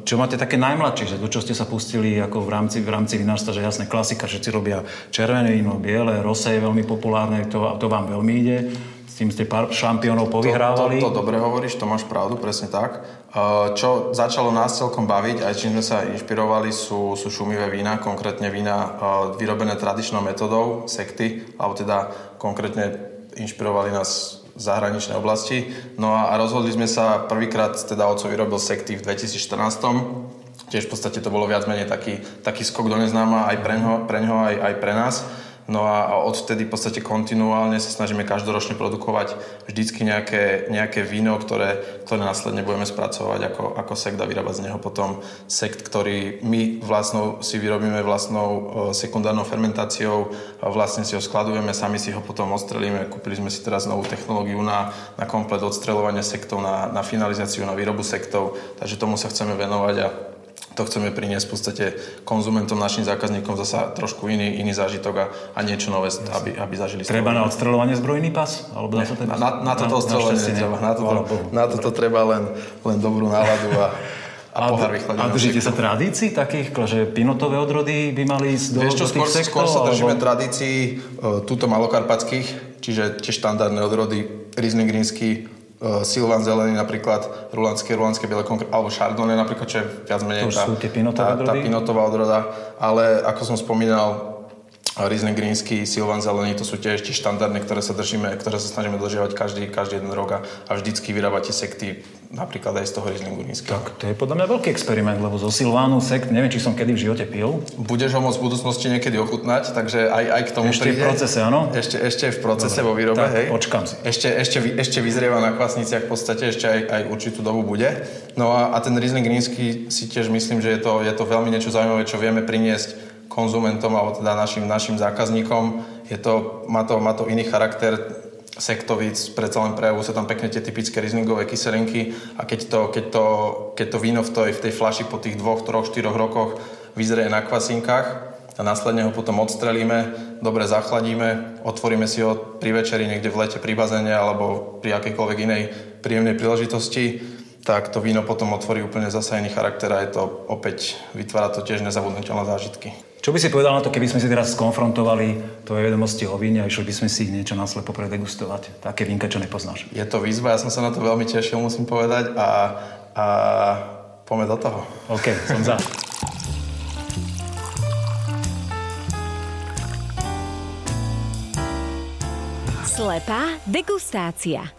[SPEAKER 1] e, čo máte také najmladšie, že do čo ste sa pustili ako v rámci, v rámci vinárstva, že jasné, klasika, všetci robia červené víno, biele, rose je veľmi populárne, to, to vám veľmi ide, s tým ste pár šampiónov povyhrávali.
[SPEAKER 3] To, to, to dobre hovoríš, to máš pravdu, presne tak. Uh, Čo začalo nás celkom baviť, aj čím sme sa inšpirovali, sú, sú šumivé vína, konkrétne vína uh, vyrobené tradičnou metodou, sekty, alebo teda konkrétne inšpirovali nás zahraničné oblasti. No a, a rozhodli sme sa prvýkrát, teda oco vyrobil sekty v 2014 Tiež v podstate to bolo viac menej taký, taký skok do neznáma aj pre ňo, pre ňo aj, aj pre nás. No a, a odvtedy v podstate kontinuálne sa snažíme každoročne produkovať vždycky nejaké, nejaké víno, ktoré, ktoré následne budeme spracovať ako, ako sekt a vyrábať z neho potom sekt, ktorý my vlastnou si vyrobíme vlastnou e, sekundárnou fermentáciou, e, vlastne si ho skladujeme, sami si ho potom odstrelíme. Kúpili sme si teraz novú technológiu na, na komplet odstrelovanie sektov, na, na finalizáciu, na výrobu sektov, takže tomu sa chceme venovať a to chceme priniesť v podstate konzumentom, našim zákazníkom zasa trošku iný, iný zážitok a, a niečo nové, aby, aby zažili.
[SPEAKER 1] Treba na odstreľovanie zbrojný pas? Alebo dá sa ten...
[SPEAKER 3] Na, na, na toto odstreľovanie
[SPEAKER 1] našťastie nie.
[SPEAKER 3] netreba. Na toto,
[SPEAKER 1] Chvála Bohu.
[SPEAKER 3] na toto treba len, len dobrú náladu a, a,
[SPEAKER 1] d-
[SPEAKER 3] pohár
[SPEAKER 1] a
[SPEAKER 3] vychladeného
[SPEAKER 1] držíte
[SPEAKER 3] sektu.
[SPEAKER 1] sa tradícií takých, že pinotové odrody by mali ísť do,
[SPEAKER 3] Vieš čo,
[SPEAKER 1] do
[SPEAKER 3] skôr,
[SPEAKER 1] tých sektov?
[SPEAKER 3] skôr sa držíme
[SPEAKER 1] alebo-
[SPEAKER 3] tradícií e, túto malokarpatských, čiže tie štandardné odrody Riesling Grínsky, e, Silvan Zelený napríklad, Rulandské, Rulandské Biele konkr- alebo Chardonnay napríklad, čo je viac menej
[SPEAKER 1] To už sú tie pinotové
[SPEAKER 3] tá, tá
[SPEAKER 1] odrody?
[SPEAKER 3] pinotová odroda, ale ako som spomínal, Riesling Grínsky, Silvan Zelený, to sú tie ešte štandardné, ktoré sa držíme, ktoré sa snažíme dodržiavať každý, každý jeden rok a, a vždycky vyrábať tie sekty napríklad aj z toho Rieslingu Grínskeho.
[SPEAKER 1] Tak to je podľa mňa veľký experiment, lebo zo Silvánu sekt, neviem, či som kedy v živote pil.
[SPEAKER 3] Budeš ho môcť v budúcnosti niekedy ochutnať, takže aj, aj k tomu
[SPEAKER 1] Ešte v
[SPEAKER 3] príde.
[SPEAKER 1] procese, áno?
[SPEAKER 3] Ešte, ešte je v procese vo výrobe,
[SPEAKER 1] tak
[SPEAKER 3] hej?
[SPEAKER 1] počkam si.
[SPEAKER 3] Ešte, ešte, vy- ešte vyzrieva na kvasniciach v podstate, ešte aj, aj určitú dobu bude. No a, a ten Riesling Grínsky si tiež myslím, že je to, je to veľmi niečo zaujímavé, čo vieme priniesť konzumentom alebo teda našim, našim zákazníkom. Je to, má, to, má to iný charakter, sektovic, predsa len prejavujú sa tam pekne tie typické rizlingové kyselinky a keď to, keď to, keď to víno v tej, v tej flaši po tých dvoch, troch, štyroch rokoch vyzrie na kvasinkách a následne ho potom odstrelíme, dobre zachladíme, otvoríme si ho pri večeri niekde v lete pri bazéne alebo pri akejkoľvek inej príjemnej príležitosti, tak to víno potom otvorí úplne zase iný charakter a je to opäť, vytvára to tiež nezabudnutelné zážitky.
[SPEAKER 1] Čo by si povedal na to, keby sme si teraz skonfrontovali tvoje vedomosti o víne a išli by sme si ich niečo náslepo predegustovať? Také vínka, čo nepoznáš.
[SPEAKER 3] Je to výzva, ja som sa na to veľmi tešil, musím povedať a, a poďme do toho.
[SPEAKER 1] OK, som za.
[SPEAKER 2] Slepá degustácia.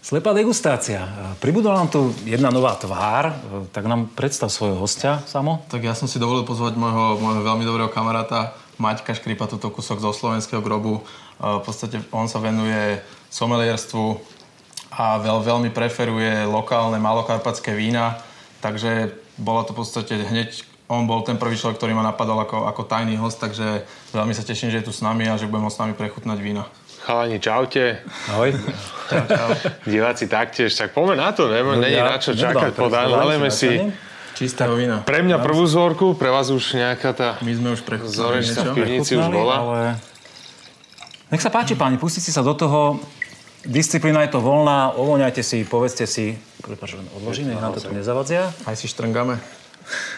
[SPEAKER 1] Slepá degustácia. Pribudla nám tu jedna nová tvár, tak nám predstav svojho hostia, Samo.
[SPEAKER 3] Tak ja som si dovolil pozvať môjho, môjho veľmi dobrého kamaráta Maťka Škripa, toto kúsok zo slovenského grobu. E, V podstate on sa venuje somelierstvu a veľ, veľmi preferuje lokálne malokarpatské vína, takže bola to v podstate hneď on bol ten prvý človek, ktorý ma napadal ako, ako tajný host, takže veľmi sa teším, že je tu s nami a že budem ho s nami prechutnať vína.
[SPEAKER 4] Chalani, čaute.
[SPEAKER 1] Ahoj.
[SPEAKER 4] Diváci taktiež. Tak poďme na to, ne? Není
[SPEAKER 1] No ja
[SPEAKER 4] na čo
[SPEAKER 1] nedbám
[SPEAKER 4] čakať.
[SPEAKER 1] predsa,
[SPEAKER 4] Podaj,
[SPEAKER 1] dám si
[SPEAKER 4] nalejme
[SPEAKER 1] na
[SPEAKER 4] si.
[SPEAKER 1] čene.
[SPEAKER 3] Čistého vína.
[SPEAKER 4] Pre mňa prvú zorku, pre vás už nejaká tá
[SPEAKER 3] My sme už prechutnali
[SPEAKER 4] zorečka v
[SPEAKER 3] niečo.
[SPEAKER 4] pivnici už
[SPEAKER 1] Chutnali,
[SPEAKER 4] bola.
[SPEAKER 1] Ale... Nech sa páči, páni, pustite sa do toho. Disciplína je to voľná, ovoňajte si, povedzte si. Prepáč, len odložíme, nech nám to tu nezavadzia.
[SPEAKER 3] Aj si štrngáme.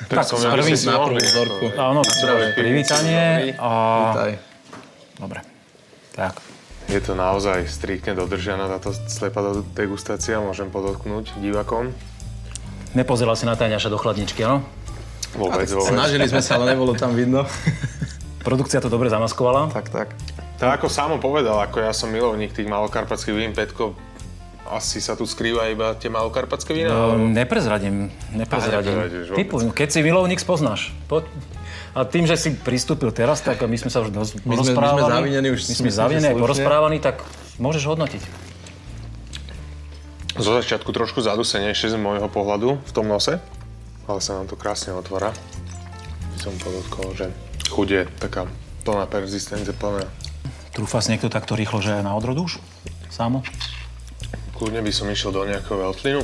[SPEAKER 4] Tak som ja
[SPEAKER 3] Prvý
[SPEAKER 4] by
[SPEAKER 3] si
[SPEAKER 4] si
[SPEAKER 3] na prvú
[SPEAKER 4] mohli.
[SPEAKER 3] vzorku.
[SPEAKER 1] Áno, No, dobré, privítanie. A...
[SPEAKER 3] Vítaj.
[SPEAKER 1] Dobre. Tak.
[SPEAKER 4] Je to naozaj striktne dodržianá táto slepá do- degustácia, môžem podotknúť divákom.
[SPEAKER 1] Nepozeral si na tajňaša do chladničky, áno?
[SPEAKER 4] Vôbec, vôbec.
[SPEAKER 3] Snažili sme sa, ale nebolo tam vidno.
[SPEAKER 1] Produkcia to dobre zamaskovala.
[SPEAKER 3] tak, tak.
[SPEAKER 4] Tak ako Samo povedal, ako ja som milovník tých malokarpatských vín, Petko, asi sa tu skrýva iba tie malokarpatské vína.
[SPEAKER 1] Ehm, Neprezradím, neprezradím.
[SPEAKER 4] A neprezradíš vôbec.
[SPEAKER 1] Typu, keď si milovník spoznáš. Po... A tým, že si pristúpil teraz, tak my sme sa už dosť
[SPEAKER 3] My sme- my sme
[SPEAKER 1] porozprávali.
[SPEAKER 3] zavinení už,
[SPEAKER 1] my sme
[SPEAKER 3] myslím, že
[SPEAKER 1] zavinení aj
[SPEAKER 3] slušne.
[SPEAKER 1] porozprávaní, tak môžeš hodnotiť.
[SPEAKER 4] Zo začiatku trošku zadusenejšie z môjho pohľadu v tom nose, ale sa nám to krásne otvára. By som podotkol, že chuť je taká plná persistence, plná.
[SPEAKER 1] Trúfa si niekto takto rýchlo, že aj na odrodu už? Sámo?
[SPEAKER 4] Kľudne by som išiel do nejakého veltlinu.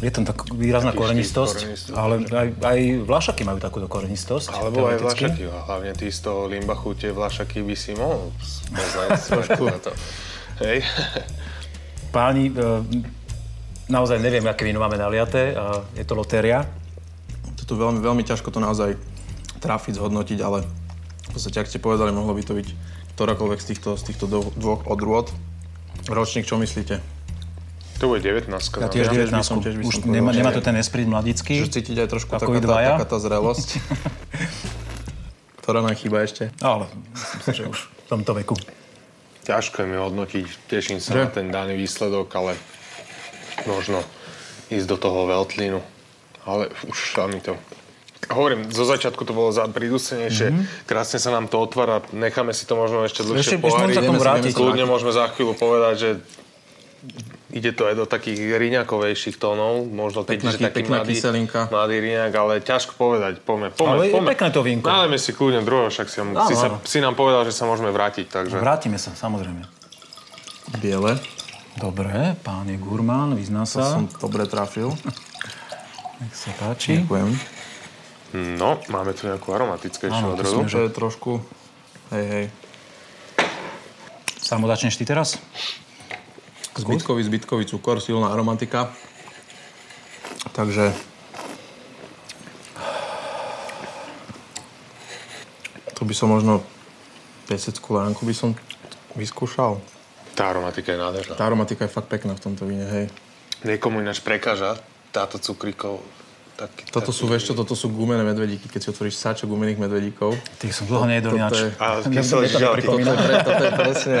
[SPEAKER 1] Je tam tak výrazná
[SPEAKER 4] Taký
[SPEAKER 1] korenistosť,
[SPEAKER 4] štýl korenistosť.
[SPEAKER 1] ale aj, aj vlašaky majú takúto korenistosť.
[SPEAKER 4] Alebo aj
[SPEAKER 1] teoreticky.
[SPEAKER 4] vlašaky, a hlavne tí z toho Limbachu, tie vlašaky by si mohol poznať trošku na to. Hej.
[SPEAKER 1] Páni, e, naozaj neviem, aké víno máme naliaté. a Je to lotéria.
[SPEAKER 3] Toto veľmi, veľmi ťažko to naozaj trafiť, zhodnotiť, ale v podstate, ak ste povedali, mohlo by to byť ktorákoľvek z týchto, z týchto dvo- dvoch odrôd. Ročník, čo myslíte?
[SPEAKER 4] To bude 19.
[SPEAKER 1] Ja
[SPEAKER 4] no.
[SPEAKER 1] tiež
[SPEAKER 3] tiež by
[SPEAKER 1] 19.
[SPEAKER 3] som- tiež by
[SPEAKER 1] Už
[SPEAKER 3] som povedal,
[SPEAKER 1] nemá,
[SPEAKER 3] že
[SPEAKER 1] nemá
[SPEAKER 3] nie.
[SPEAKER 1] to ten esprit mladický.
[SPEAKER 3] Čiže cítiť aj trošku
[SPEAKER 1] Ako vy
[SPEAKER 3] taká tá,
[SPEAKER 1] dvaja?
[SPEAKER 3] taká tá zrelosť, ktorá nám chýba ešte.
[SPEAKER 1] Ale myslím si, že už v tomto veku.
[SPEAKER 4] Ťažko je mi hodnotiť, teším sa na ten daný výsledok, ale možno ísť do toho veltlínu. Ale už sa mi to... Hovorím, zo začiatku to bolo za- pridusenejšie. Mm-hmm. Krásne sa nám to otvára. Necháme si to možno ešte dlhšie
[SPEAKER 1] Mhm. Ešte- ešte môžeme sa k tomu
[SPEAKER 4] Ideme si-
[SPEAKER 1] vrátiť.
[SPEAKER 4] Kľudne môžeme za chvíľu povedať, že ide to aj do takých riňakovejších tónov. Možno keď,
[SPEAKER 3] Pekná
[SPEAKER 4] že
[SPEAKER 3] ky-
[SPEAKER 4] taký
[SPEAKER 3] pekná
[SPEAKER 4] mladý,
[SPEAKER 3] kyselinka.
[SPEAKER 4] mladý riňak, ale ťažko povedať. Poďme, poďme,
[SPEAKER 1] Ale je
[SPEAKER 4] poďme.
[SPEAKER 1] pekné to vínko.
[SPEAKER 4] Nalejme si kľudne druhého, však si,
[SPEAKER 1] Áno,
[SPEAKER 4] si, sa,
[SPEAKER 1] áno.
[SPEAKER 4] si nám povedal, že sa môžeme vrátiť, takže...
[SPEAKER 1] Vrátime sa, samozrejme.
[SPEAKER 3] Biele.
[SPEAKER 1] Dobre, pán je gurmán, vyzná
[SPEAKER 3] To
[SPEAKER 1] sa.
[SPEAKER 3] som dobre trafil.
[SPEAKER 1] Nech sa páči.
[SPEAKER 3] Ďakujem.
[SPEAKER 4] No, máme tu nejakú aromatickejšiu
[SPEAKER 1] Áno, to
[SPEAKER 4] odrodu.
[SPEAKER 3] To je trošku... Hej, hej.
[SPEAKER 1] Samo začneš ty teraz? Zbyt?
[SPEAKER 3] Zbytkový, zbytkový cukor, silná aromatika. Takže... Tu by som možno 10 lánku by som vyskúšal.
[SPEAKER 4] Tá aromatika je nádherná.
[SPEAKER 3] Tá aromatika je fakt pekná v tomto víne, hej.
[SPEAKER 4] Niekomu ináč prekáža táto cukrikov. Taký,
[SPEAKER 3] Toto sú, vieš čo, toto sú gumené medvedíky, keď si otvoríš sáčok gumených medvedíkov.
[SPEAKER 1] Tých som dlho nejedol
[SPEAKER 3] Toto
[SPEAKER 1] ináč.
[SPEAKER 3] je-
[SPEAKER 4] A kyselé žižalky.
[SPEAKER 3] Toto je, pre, toto je presne.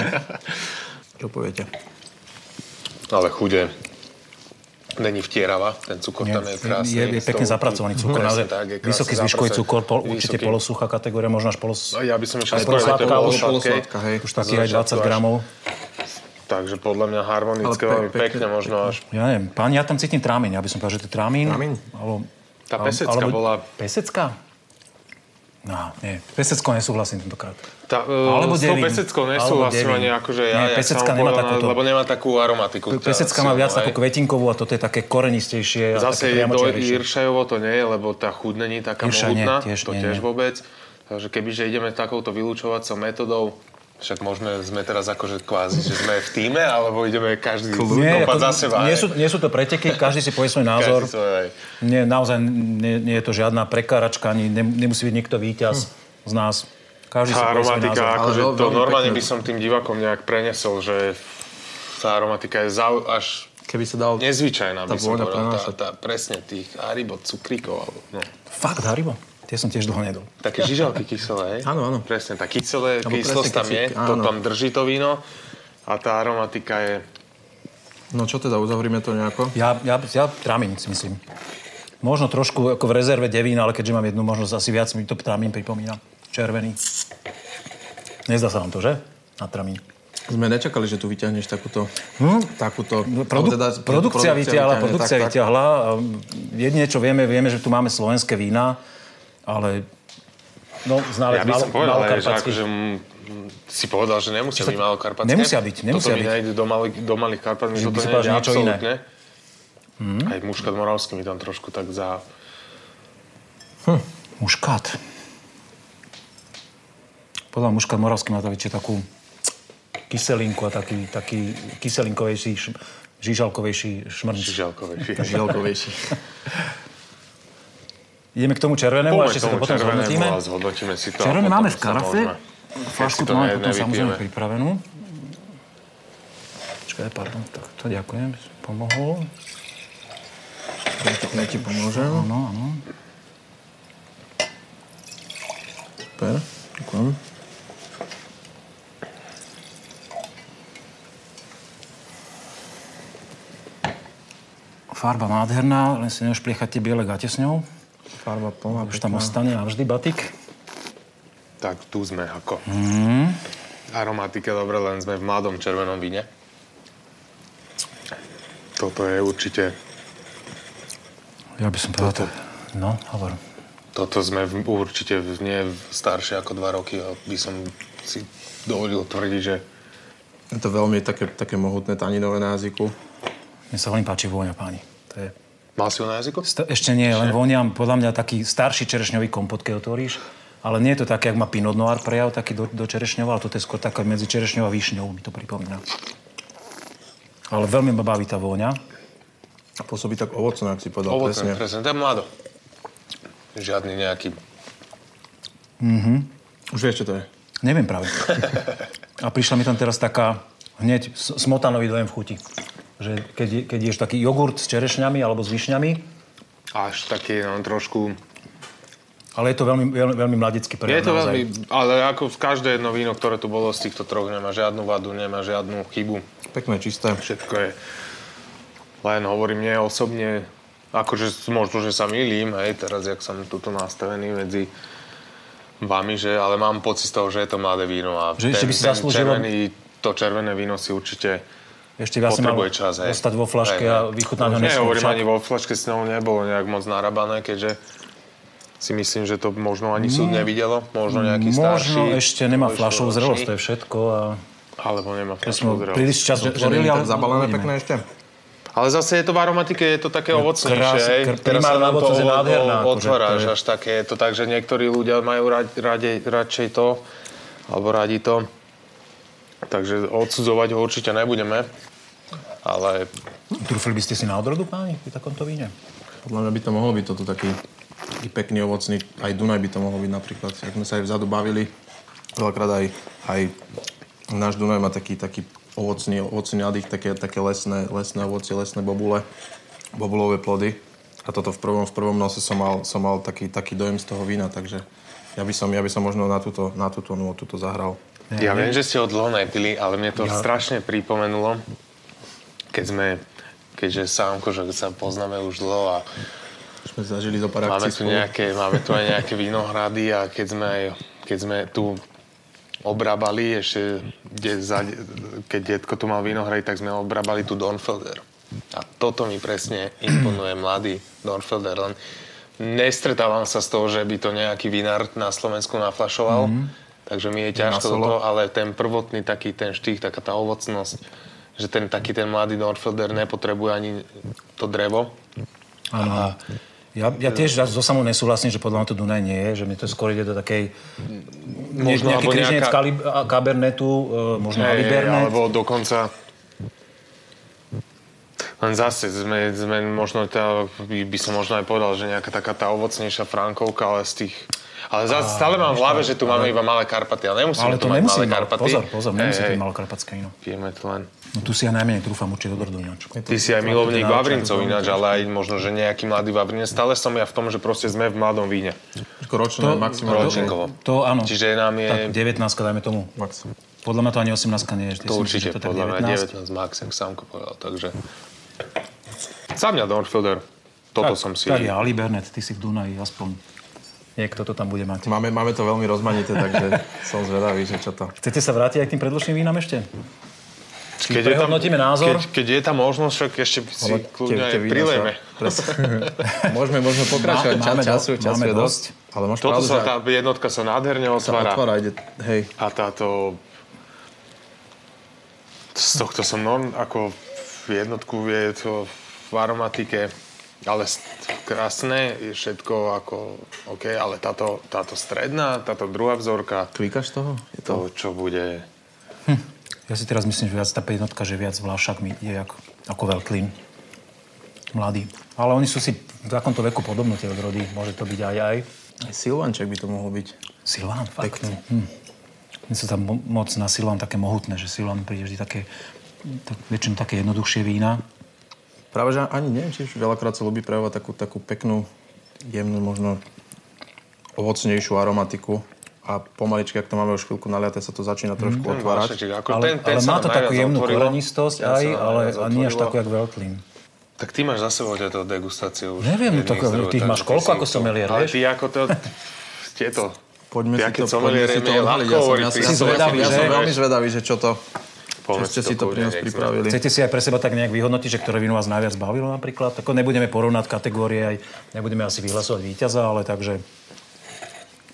[SPEAKER 3] Čo poviete?
[SPEAKER 4] Ale chude. Není vtierava, ten cukor tam je krásny.
[SPEAKER 1] je, je pekne
[SPEAKER 4] S tou-
[SPEAKER 1] zapracovaný cukor,
[SPEAKER 4] Presne
[SPEAKER 1] naozaj
[SPEAKER 4] tak, je krásne
[SPEAKER 1] vysoký zvyškový
[SPEAKER 4] zapracovaný.
[SPEAKER 1] cukor, pol, určite
[SPEAKER 4] Vysoký.
[SPEAKER 1] polosuchá kategória, možno až polos...
[SPEAKER 4] No, ja by som išiel
[SPEAKER 1] Aj
[SPEAKER 4] skôr do
[SPEAKER 1] polosladká,
[SPEAKER 4] tej
[SPEAKER 1] už
[SPEAKER 4] polosladkej.
[SPEAKER 3] polosladká, hej.
[SPEAKER 1] Už taký aj 20
[SPEAKER 4] Začiatku až-
[SPEAKER 1] gramov.
[SPEAKER 4] Takže podľa mňa
[SPEAKER 3] Ale
[SPEAKER 4] harmonické,
[SPEAKER 3] pe-
[SPEAKER 4] veľmi
[SPEAKER 3] pekne,
[SPEAKER 4] pekne, možno až...
[SPEAKER 1] Ja neviem, pán, ja tam cítim trámin, ja by som povedal, že to je trámin.
[SPEAKER 3] Trámin?
[SPEAKER 1] Alebo,
[SPEAKER 4] Tá
[SPEAKER 1] ale-
[SPEAKER 4] pesecka bola-
[SPEAKER 1] Pesecka? No, nie, peseckou nesúhlasím tentokrát.
[SPEAKER 4] Tá,
[SPEAKER 1] Alebo
[SPEAKER 4] alebo s tou
[SPEAKER 1] devín.
[SPEAKER 4] peseckou
[SPEAKER 1] Alebo
[SPEAKER 4] nesúhlasím
[SPEAKER 1] devín.
[SPEAKER 4] ani akože
[SPEAKER 1] Nie,
[SPEAKER 4] ja, jak
[SPEAKER 1] pesecka
[SPEAKER 4] som vám
[SPEAKER 1] nemá
[SPEAKER 4] povedal,
[SPEAKER 1] takúto-
[SPEAKER 4] lebo nemá takú aromatiku. ktorá
[SPEAKER 1] Pesecka má
[SPEAKER 4] silnú,
[SPEAKER 1] viac
[SPEAKER 4] hej.
[SPEAKER 1] takú kvetinkovú a toto je také korenistejšie. a
[SPEAKER 4] Zase
[SPEAKER 1] také
[SPEAKER 4] je do
[SPEAKER 1] priamočiarejšie.
[SPEAKER 4] Iršajovo to nie je, lebo tá chuť není taká
[SPEAKER 1] Irša nie,
[SPEAKER 4] mohutná,
[SPEAKER 1] tiež
[SPEAKER 4] to
[SPEAKER 1] nie,
[SPEAKER 4] tiež
[SPEAKER 1] nie.
[SPEAKER 4] vôbec. Takže kebyže ideme takouto vylúčovacou metodou, však možno sme teraz akože kvázi, že sme v týme, alebo ideme každý
[SPEAKER 1] Nie,
[SPEAKER 4] kopať
[SPEAKER 1] ako-
[SPEAKER 4] za seba.
[SPEAKER 1] nie,
[SPEAKER 4] hej.
[SPEAKER 1] sú, nie sú to preteky, každý si povie svoj
[SPEAKER 4] Každý
[SPEAKER 1] názor.
[SPEAKER 4] svoje, hej.
[SPEAKER 1] Nie, naozaj nie, nie je to žiadna prekáračka, ani ne, nemusí byť nikto víťaz z nás. Každý si
[SPEAKER 4] Tá
[SPEAKER 1] povie svoj názor.
[SPEAKER 4] Hm. aromatika, akože
[SPEAKER 3] Ale veľ-
[SPEAKER 4] to
[SPEAKER 3] veľmi
[SPEAKER 4] normálne
[SPEAKER 3] pekné.
[SPEAKER 4] by som tým divakom nejak prenesol, že tá aromatika je zau, až
[SPEAKER 3] Keby sa dal...
[SPEAKER 4] nezvyčajná,
[SPEAKER 3] Tá
[SPEAKER 4] by som
[SPEAKER 3] vôňa
[SPEAKER 4] povedal. Tá,
[SPEAKER 3] prenáša.
[SPEAKER 4] tá, presne tých aribo cukríkov. Alebo, no.
[SPEAKER 1] Fakt, Haribo? Tie som tiež dlho nedol.
[SPEAKER 4] Také žižalky kyselé, hej?
[SPEAKER 3] Áno, áno.
[SPEAKER 4] Presne, tá kyselé,
[SPEAKER 3] Alebo
[SPEAKER 4] kyslosť
[SPEAKER 3] presne,
[SPEAKER 4] tam
[SPEAKER 3] keď
[SPEAKER 4] je,
[SPEAKER 3] si-
[SPEAKER 4] to
[SPEAKER 3] áno.
[SPEAKER 4] tam drží to víno a tá aromatika je...
[SPEAKER 3] No čo teda, uzavrime to nejako?
[SPEAKER 1] Ja, ja, ja trámim, si myslím. Možno trošku ako v rezerve devín, ale keďže mám jednu možnosť, asi viac mi to trámim pripomína. Červený. Nezdá sa vám to, že? Na tramín.
[SPEAKER 3] Sme nečakali, že tu vyťahneš takúto...
[SPEAKER 1] Hm?
[SPEAKER 3] Takúto...
[SPEAKER 1] Produ-
[SPEAKER 3] teda,
[SPEAKER 1] produkcia vyťahla,
[SPEAKER 3] vyťahne,
[SPEAKER 1] produkcia
[SPEAKER 3] tak, tak.
[SPEAKER 1] vyťahla. Ehm, Jedine, čo vieme, vieme, že tu máme slovenské vína, ale no, znalec
[SPEAKER 4] Ja by som povedal, ale, že
[SPEAKER 1] malokarpatských.
[SPEAKER 4] akože m, m, si povedal, že nemusia byť malokarpatské.
[SPEAKER 1] Nemusia byť, nemusia
[SPEAKER 4] Toto mi
[SPEAKER 1] byť.
[SPEAKER 4] nejde do, malých, do malých Karpat, mi
[SPEAKER 1] Že by
[SPEAKER 4] toto
[SPEAKER 1] si povedal,
[SPEAKER 4] nejde
[SPEAKER 1] že niečo iné.
[SPEAKER 4] absolútne. Mm. Aj muškat moravský mi tam trošku tak za...
[SPEAKER 1] Hm, Muškát. Podľa mňa muškát moravský má to väčšie takú kyselinku a taký, taký kyselinkovejší, šm- žižalkovejší šmrnč.
[SPEAKER 4] Žižalkovejší.
[SPEAKER 3] Žielkovejší.
[SPEAKER 1] Ideme k tomu červenému, a
[SPEAKER 4] Poďme
[SPEAKER 1] ešte
[SPEAKER 4] k
[SPEAKER 1] si to
[SPEAKER 4] tomu
[SPEAKER 1] potom
[SPEAKER 4] červenému
[SPEAKER 1] zhodnotíme.
[SPEAKER 4] a zhodnotíme si to. a
[SPEAKER 1] Červené
[SPEAKER 4] potom
[SPEAKER 1] máme v
[SPEAKER 4] sa
[SPEAKER 1] karafe,
[SPEAKER 4] môžeme- keď
[SPEAKER 1] flašku
[SPEAKER 4] si
[SPEAKER 1] to máme
[SPEAKER 4] ne-
[SPEAKER 1] potom samozrejme
[SPEAKER 4] nevypijeme.
[SPEAKER 1] pripravenú. Počkaj, pardon, tak to ďakujem, že si pomohol.
[SPEAKER 3] Ja ti pomôžem.
[SPEAKER 1] Áno, áno.
[SPEAKER 3] Super. Ďakujem.
[SPEAKER 1] Farba nádherná, len si neošpliechať tie biele gate s ňou.
[SPEAKER 3] Farba plná.
[SPEAKER 1] Už tam ostane navždy batik.
[SPEAKER 4] Tak tu sme ako. Aromatika, dobre, len sme v mladom červenom víne. Toto je určite...
[SPEAKER 1] Ja by som povedal... No, hovor.
[SPEAKER 4] Toto sme v, určite v, nie v- staršie ako dva roky a by som si dovolil tvrdiť, že
[SPEAKER 3] Je to veľmi také, také mohutné taninové na jazyku.
[SPEAKER 1] Mne sa veľmi páči vôňa, páni. To je...
[SPEAKER 4] mal si ho na jazyku?
[SPEAKER 1] St- ešte nie, len voniam podľa mňa taký starší čerešňový kompot, keď otvoríš. Ale nie je to také, ak má Pinot Noir prejav, taký do, do čerešňova, ale toto je skôr taká medzi čerešňou a výšňou, mi to pripomína. Ale veľmi ma baví tá vôňa.
[SPEAKER 3] A pôsobí tak ovocne, ak si povedal. No, presne.
[SPEAKER 4] Ovocné, presne, to je mlado. Žiadny nejaký...
[SPEAKER 3] Už vieš, čo to je.
[SPEAKER 1] Neviem práve. A prišla mi tam teraz taká hneď s- smotanový dojem v chuti. Že keď, je- keď ješ taký jogurt s čerešňami alebo s višňami,
[SPEAKER 4] Až taký, no, trošku...
[SPEAKER 1] ale je to veľmi, veľmi, veľmi mladický prejav.
[SPEAKER 4] Je to
[SPEAKER 1] naozaj.
[SPEAKER 4] veľmi... Ale ako v každé jedno víno, ktoré tu bolo z týchto troch, nemá žiadnu vadu, nemá žiadnu chybu.
[SPEAKER 3] Pekné, čisté.
[SPEAKER 4] Všetko je Len hovorím, mne osobne, akože možno, že sa milím, hej, teraz, jak som tuto nastavený medzi vami, že, ale mám pocit z toho, že je to mladé víno a
[SPEAKER 1] Že ešte by si zaslúžilo-
[SPEAKER 4] červený, to červené víno si určite
[SPEAKER 1] Ešte viac si mal
[SPEAKER 4] potrebuje čas, hej.
[SPEAKER 1] dostať vo flaške
[SPEAKER 4] Hej,
[SPEAKER 1] a
[SPEAKER 4] hej.
[SPEAKER 1] vychutnať ho neskôr.
[SPEAKER 4] Nehovorím
[SPEAKER 1] však.
[SPEAKER 4] ani vo flaške, s ňou nebolo nejak moc narabané, keďže si myslím, že to možno ani súd nevidelo, možno nejaký starší.
[SPEAKER 1] Mm. Možno ešte nemá
[SPEAKER 4] možno
[SPEAKER 1] flašovú
[SPEAKER 4] ročný,
[SPEAKER 1] zrelosť, to je všetko. A
[SPEAKER 4] Alebo nemá
[SPEAKER 1] ja sme ho
[SPEAKER 4] flašovú zrelosť.
[SPEAKER 1] príliš čas
[SPEAKER 3] Že
[SPEAKER 1] otvorili,
[SPEAKER 3] nie je
[SPEAKER 1] ale...
[SPEAKER 3] tak zabalené
[SPEAKER 1] uvidíme.
[SPEAKER 3] pekné ešte?
[SPEAKER 4] Ale zase je to v aromatike, je to také ovocnejšie.
[SPEAKER 1] krás-
[SPEAKER 4] hej.
[SPEAKER 1] kr-
[SPEAKER 4] Teraz sa
[SPEAKER 1] primárna
[SPEAKER 4] nám to
[SPEAKER 1] ovocnosť je
[SPEAKER 4] o- o-
[SPEAKER 1] nádherná, akože, to
[SPEAKER 4] otváraš
[SPEAKER 1] je-
[SPEAKER 4] až také. Je to tak, že niektorí ľudia majú ra- rade, radšej to, alebo radi to. Takže odsudzovať ho určite nebudeme. Ale
[SPEAKER 1] Trúfli by ste si na odrodu, páni, pri takomto víne?
[SPEAKER 3] Podľa mňa by to mohol byť toto taký taký pekný ovocný, aj Dunaj by to mohol byť napríklad, ak sme sa aj vzadu bavili, veľakrát aj, aj náš Dunaj má taký, taký ovocný, ovocný nadých, také, také lesné, lesné ovocie, lesné bobule, bobulové plody. A toto v prvom, v prvom nose som mal, som mal taký, taký dojem z toho vína, takže ja by som, ja by som možno na túto, na túto nôtu to zahral.
[SPEAKER 4] Ja viem, že ste ho dlho nepili, ale mne to strašne pripomenulo, keď sme, keďže sám že sa poznáme už dlho a
[SPEAKER 3] Už sme zažili zo pár akcií
[SPEAKER 4] máme tu,
[SPEAKER 3] spolu.
[SPEAKER 4] nejaké, máme tu aj nejaké vinohrady a keď sme, aj, keď sme tu obrábali, ešte de, za, keď detko tu mal vinohrady, tak sme obrábali tu Donfelder. A toto mi presne imponuje mladý Donfelder, len nestretávam sa s toho, že by to nejaký vinár na Slovensku naflašoval, takže mi je ťažko
[SPEAKER 3] Mhm. Na solo.
[SPEAKER 4] toto, ale ten prvotný taký ten štých, taká tá ovocnosť, že ten taký ten mladý Donfelder nepotrebuje ani to drevo,
[SPEAKER 1] Áno. áno. Ja, ja tiež ja so samou nesúhlasím, že podľa mňa to Dunaj nie je, že mi to skôr ide do takej... Nie,
[SPEAKER 4] Možno,
[SPEAKER 1] nejaký
[SPEAKER 4] alebo
[SPEAKER 1] križnec
[SPEAKER 4] nejaká-
[SPEAKER 1] kalib- a- Cabernetu, e, možno
[SPEAKER 4] Hej,
[SPEAKER 1] Alibernet.
[SPEAKER 4] Alebo dokonca... Len zase sme, sme možno tá, by by som možno aj povedal, že nejaká taká tá ovocnejšia frankovka, ale z tých... Ale zase stále mám v hlave, že tu máme iba malé Karpaty, ale
[SPEAKER 1] Ale
[SPEAKER 4] nemusíme tu
[SPEAKER 1] to
[SPEAKER 4] mať malé
[SPEAKER 1] nemusí byť mal,
[SPEAKER 4] Karpaty.
[SPEAKER 1] pozor, pozor,
[SPEAKER 4] Hej,
[SPEAKER 1] nemusí to
[SPEAKER 4] hej,
[SPEAKER 1] byť malokarpatské víno.
[SPEAKER 4] Pijeme to len.
[SPEAKER 1] No tu si ja najmenej trúfam určite do Bordeaux ináč.
[SPEAKER 4] Ty si aj milovník Vavrincov ináč, ale aj možno, že nejaký mladý Vavrinec. Stále som ja v tom, že proste sme v mladom víne.
[SPEAKER 3] Ako ročné,
[SPEAKER 1] To-
[SPEAKER 3] maximálne.
[SPEAKER 4] Ročinkovo.
[SPEAKER 1] To áno.
[SPEAKER 4] Čiže nám je...
[SPEAKER 1] Tak 19, dajme tomu.
[SPEAKER 3] Max.
[SPEAKER 1] Podľa mňa to ani 18 nie je. Ty si myslíš,
[SPEAKER 4] To určite,
[SPEAKER 1] že to tak
[SPEAKER 4] podľa mňa 19 max, jak Samko povedal, takže... Za mňa Dornfelder. Toto som si...
[SPEAKER 1] Tak je Alibernet, ty si v Dunaji aspoň. Niekto to tam bude mať.
[SPEAKER 3] Máme, máme to veľmi rozmanité, takže som zvedavý, že čo to...
[SPEAKER 1] Chcete sa vrátiť aj k tým predložným vínam ešte?
[SPEAKER 4] Keď
[SPEAKER 1] prehodnotíme názor?
[SPEAKER 4] Keď, keď je tá možnosť, však ešte si
[SPEAKER 3] Ale
[SPEAKER 4] kľudne aj
[SPEAKER 3] vína sa-
[SPEAKER 4] prilejme.
[SPEAKER 3] Presne. Môžeme, môžeme pokračovať.
[SPEAKER 1] Máme-
[SPEAKER 3] Ča-
[SPEAKER 1] máme
[SPEAKER 3] času,
[SPEAKER 1] do-
[SPEAKER 3] času
[SPEAKER 1] máme
[SPEAKER 3] je dosť.
[SPEAKER 1] dosť.
[SPEAKER 3] Ale máš
[SPEAKER 4] Toto
[SPEAKER 3] pravdu,
[SPEAKER 4] sa,
[SPEAKER 3] že
[SPEAKER 4] tá jednotka sa nádherne
[SPEAKER 3] sa
[SPEAKER 4] otvára.
[SPEAKER 3] otvára. Ide, hej,
[SPEAKER 4] A táto... Z tohto som norm, ako v jednotku je to v aromatike, ale st- krásne, je všetko ako OK, ale táto, táto stredná, táto druhá vzorka,
[SPEAKER 3] klikaš toho? Je to...
[SPEAKER 4] to, čo bude
[SPEAKER 1] Ja si teraz myslím, že viac tá jednotka, že viac vlášak mi je ako, ako veľklín. Mladý. Ale oni sú si v takomto veku podobno tie odrody. Môže to byť aj aj.
[SPEAKER 3] Aj Silvanček by to mohol byť.
[SPEAKER 1] Silván, fakt. Hm. Mne sa tam mo- moc na Silván také mohutné, že Silván príde vždy také, tak, väčšinou také jednoduchšie vína.
[SPEAKER 3] Práve, že ani neviem, či už veľakrát sa ľubí prejavovať takú, takú peknú, jemnú, možno ovocnejšiu aromatiku. A pomaličky, ak to máme už chvíľku naliaté, sa to začína trošku
[SPEAKER 4] No,
[SPEAKER 3] otvárať.
[SPEAKER 4] Vášeček, ako
[SPEAKER 1] Ale,
[SPEAKER 4] ten, ten
[SPEAKER 1] ale
[SPEAKER 4] sa
[SPEAKER 1] má
[SPEAKER 4] nám
[SPEAKER 1] to
[SPEAKER 4] najviac
[SPEAKER 1] takú jemnú
[SPEAKER 4] otvorilo.
[SPEAKER 1] korenistosť
[SPEAKER 4] Ten sa
[SPEAKER 1] aj,
[SPEAKER 4] nám
[SPEAKER 1] ale
[SPEAKER 4] najviac
[SPEAKER 1] a nie až
[SPEAKER 4] otvorilo.
[SPEAKER 1] takú, jak veľklín.
[SPEAKER 4] Tak ty máš za sebou tieto degustácie už.
[SPEAKER 1] Neviem, no
[SPEAKER 4] jedných
[SPEAKER 1] tak
[SPEAKER 4] zdrojov,
[SPEAKER 1] tých
[SPEAKER 4] takže
[SPEAKER 1] máš
[SPEAKER 4] ty
[SPEAKER 1] koľko
[SPEAKER 4] si
[SPEAKER 1] ako
[SPEAKER 4] už-
[SPEAKER 1] somelier,
[SPEAKER 4] Ale
[SPEAKER 1] vieš?
[SPEAKER 4] ty ako to... Tieto.
[SPEAKER 3] Poďme
[SPEAKER 4] Ty,
[SPEAKER 3] si
[SPEAKER 4] aké
[SPEAKER 3] to, poďme
[SPEAKER 4] somelier
[SPEAKER 3] si to
[SPEAKER 4] je
[SPEAKER 3] odhaliť. Ja
[SPEAKER 4] ľahko
[SPEAKER 3] som,
[SPEAKER 4] hovoriť,
[SPEAKER 3] ja,
[SPEAKER 4] ty
[SPEAKER 3] som
[SPEAKER 1] si
[SPEAKER 3] zvedavý, ja
[SPEAKER 1] zvedavý,
[SPEAKER 3] som
[SPEAKER 1] že?
[SPEAKER 3] veľmi zvedavý, že čo to... Čo
[SPEAKER 4] Povedzme
[SPEAKER 3] ste si
[SPEAKER 4] to
[SPEAKER 3] to pri nás
[SPEAKER 4] kľudne, nech sme-
[SPEAKER 3] pripravili.
[SPEAKER 1] Chcete si aj pre seba tak nejak vyhodnotiť, že ktoré víno vás najviac bavilo napríklad? Tako nebudeme porovnať kategórie, aj nebudeme asi vyhlasovať víťaza, ale takže...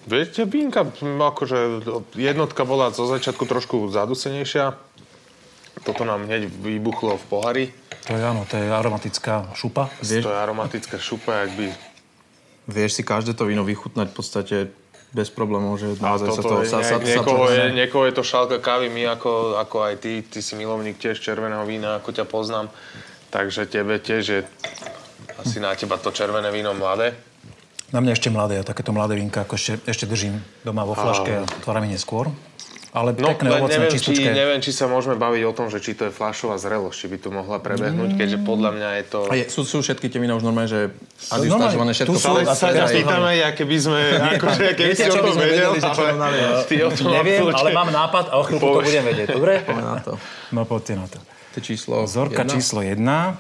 [SPEAKER 4] Viete, Binka, m, akože jednotka bola zo začiatku trošku zadusenejšia. Toto nám hneď vybuchlo v pohári.
[SPEAKER 1] To je áno, to je aromatická šupa.
[SPEAKER 3] Vieš-
[SPEAKER 4] To je aromatická šupa, jak by...
[SPEAKER 3] Vieš si každé to víno vychutnať v podstate bez problémov, že
[SPEAKER 4] A
[SPEAKER 3] naozaj sa to...
[SPEAKER 4] toto je,
[SPEAKER 3] Sa, sa, sa,
[SPEAKER 4] nejak, niekoho,
[SPEAKER 3] to-
[SPEAKER 4] je, niekoho je to šálka kávy, my ako, ako aj ty, ty si milovník tiež červeného vína, ako ťa poznám. Takže tebe tiež je asi na teba to červené víno mladé.
[SPEAKER 1] Na mňa ešte mladé, ja takéto mladé vínka ako ešte, ešte držím doma vo flaške a otváram ich neskôr. Ale
[SPEAKER 4] No,
[SPEAKER 1] pekné,
[SPEAKER 4] len
[SPEAKER 1] ovocné,
[SPEAKER 4] neviem či,
[SPEAKER 1] čistučké.
[SPEAKER 4] neviem, či sa môžeme baviť o tom, že či to je flašová zrelosť, či by to mohla
[SPEAKER 1] Mm.
[SPEAKER 4] prebehnúť, keďže podľa mňa je to...
[SPEAKER 3] A je, sú, sú všetky tie vína už normálne, že
[SPEAKER 1] No normálne,
[SPEAKER 3] adjustázované všetko.
[SPEAKER 1] tu sú-
[SPEAKER 4] Ale
[SPEAKER 1] a
[SPEAKER 4] sa ťa
[SPEAKER 1] teraz-
[SPEAKER 4] pýtame, aké by sme, akože, aké by
[SPEAKER 1] viete,
[SPEAKER 4] si o
[SPEAKER 1] čo by
[SPEAKER 4] tom
[SPEAKER 1] sme
[SPEAKER 4] vedel,
[SPEAKER 3] vedeli, že čo nám
[SPEAKER 4] ale
[SPEAKER 3] nalievaš?
[SPEAKER 4] ty o tom
[SPEAKER 1] Neviem,
[SPEAKER 4] absolútne-
[SPEAKER 1] ale mám nápad a o chvíľku to
[SPEAKER 4] Povieš.
[SPEAKER 1] budem vedieť, dobre?
[SPEAKER 3] Poďme na to.
[SPEAKER 1] No poďte na to.
[SPEAKER 3] To je číslo
[SPEAKER 1] Vzorka
[SPEAKER 3] jedna.
[SPEAKER 1] číslo 1.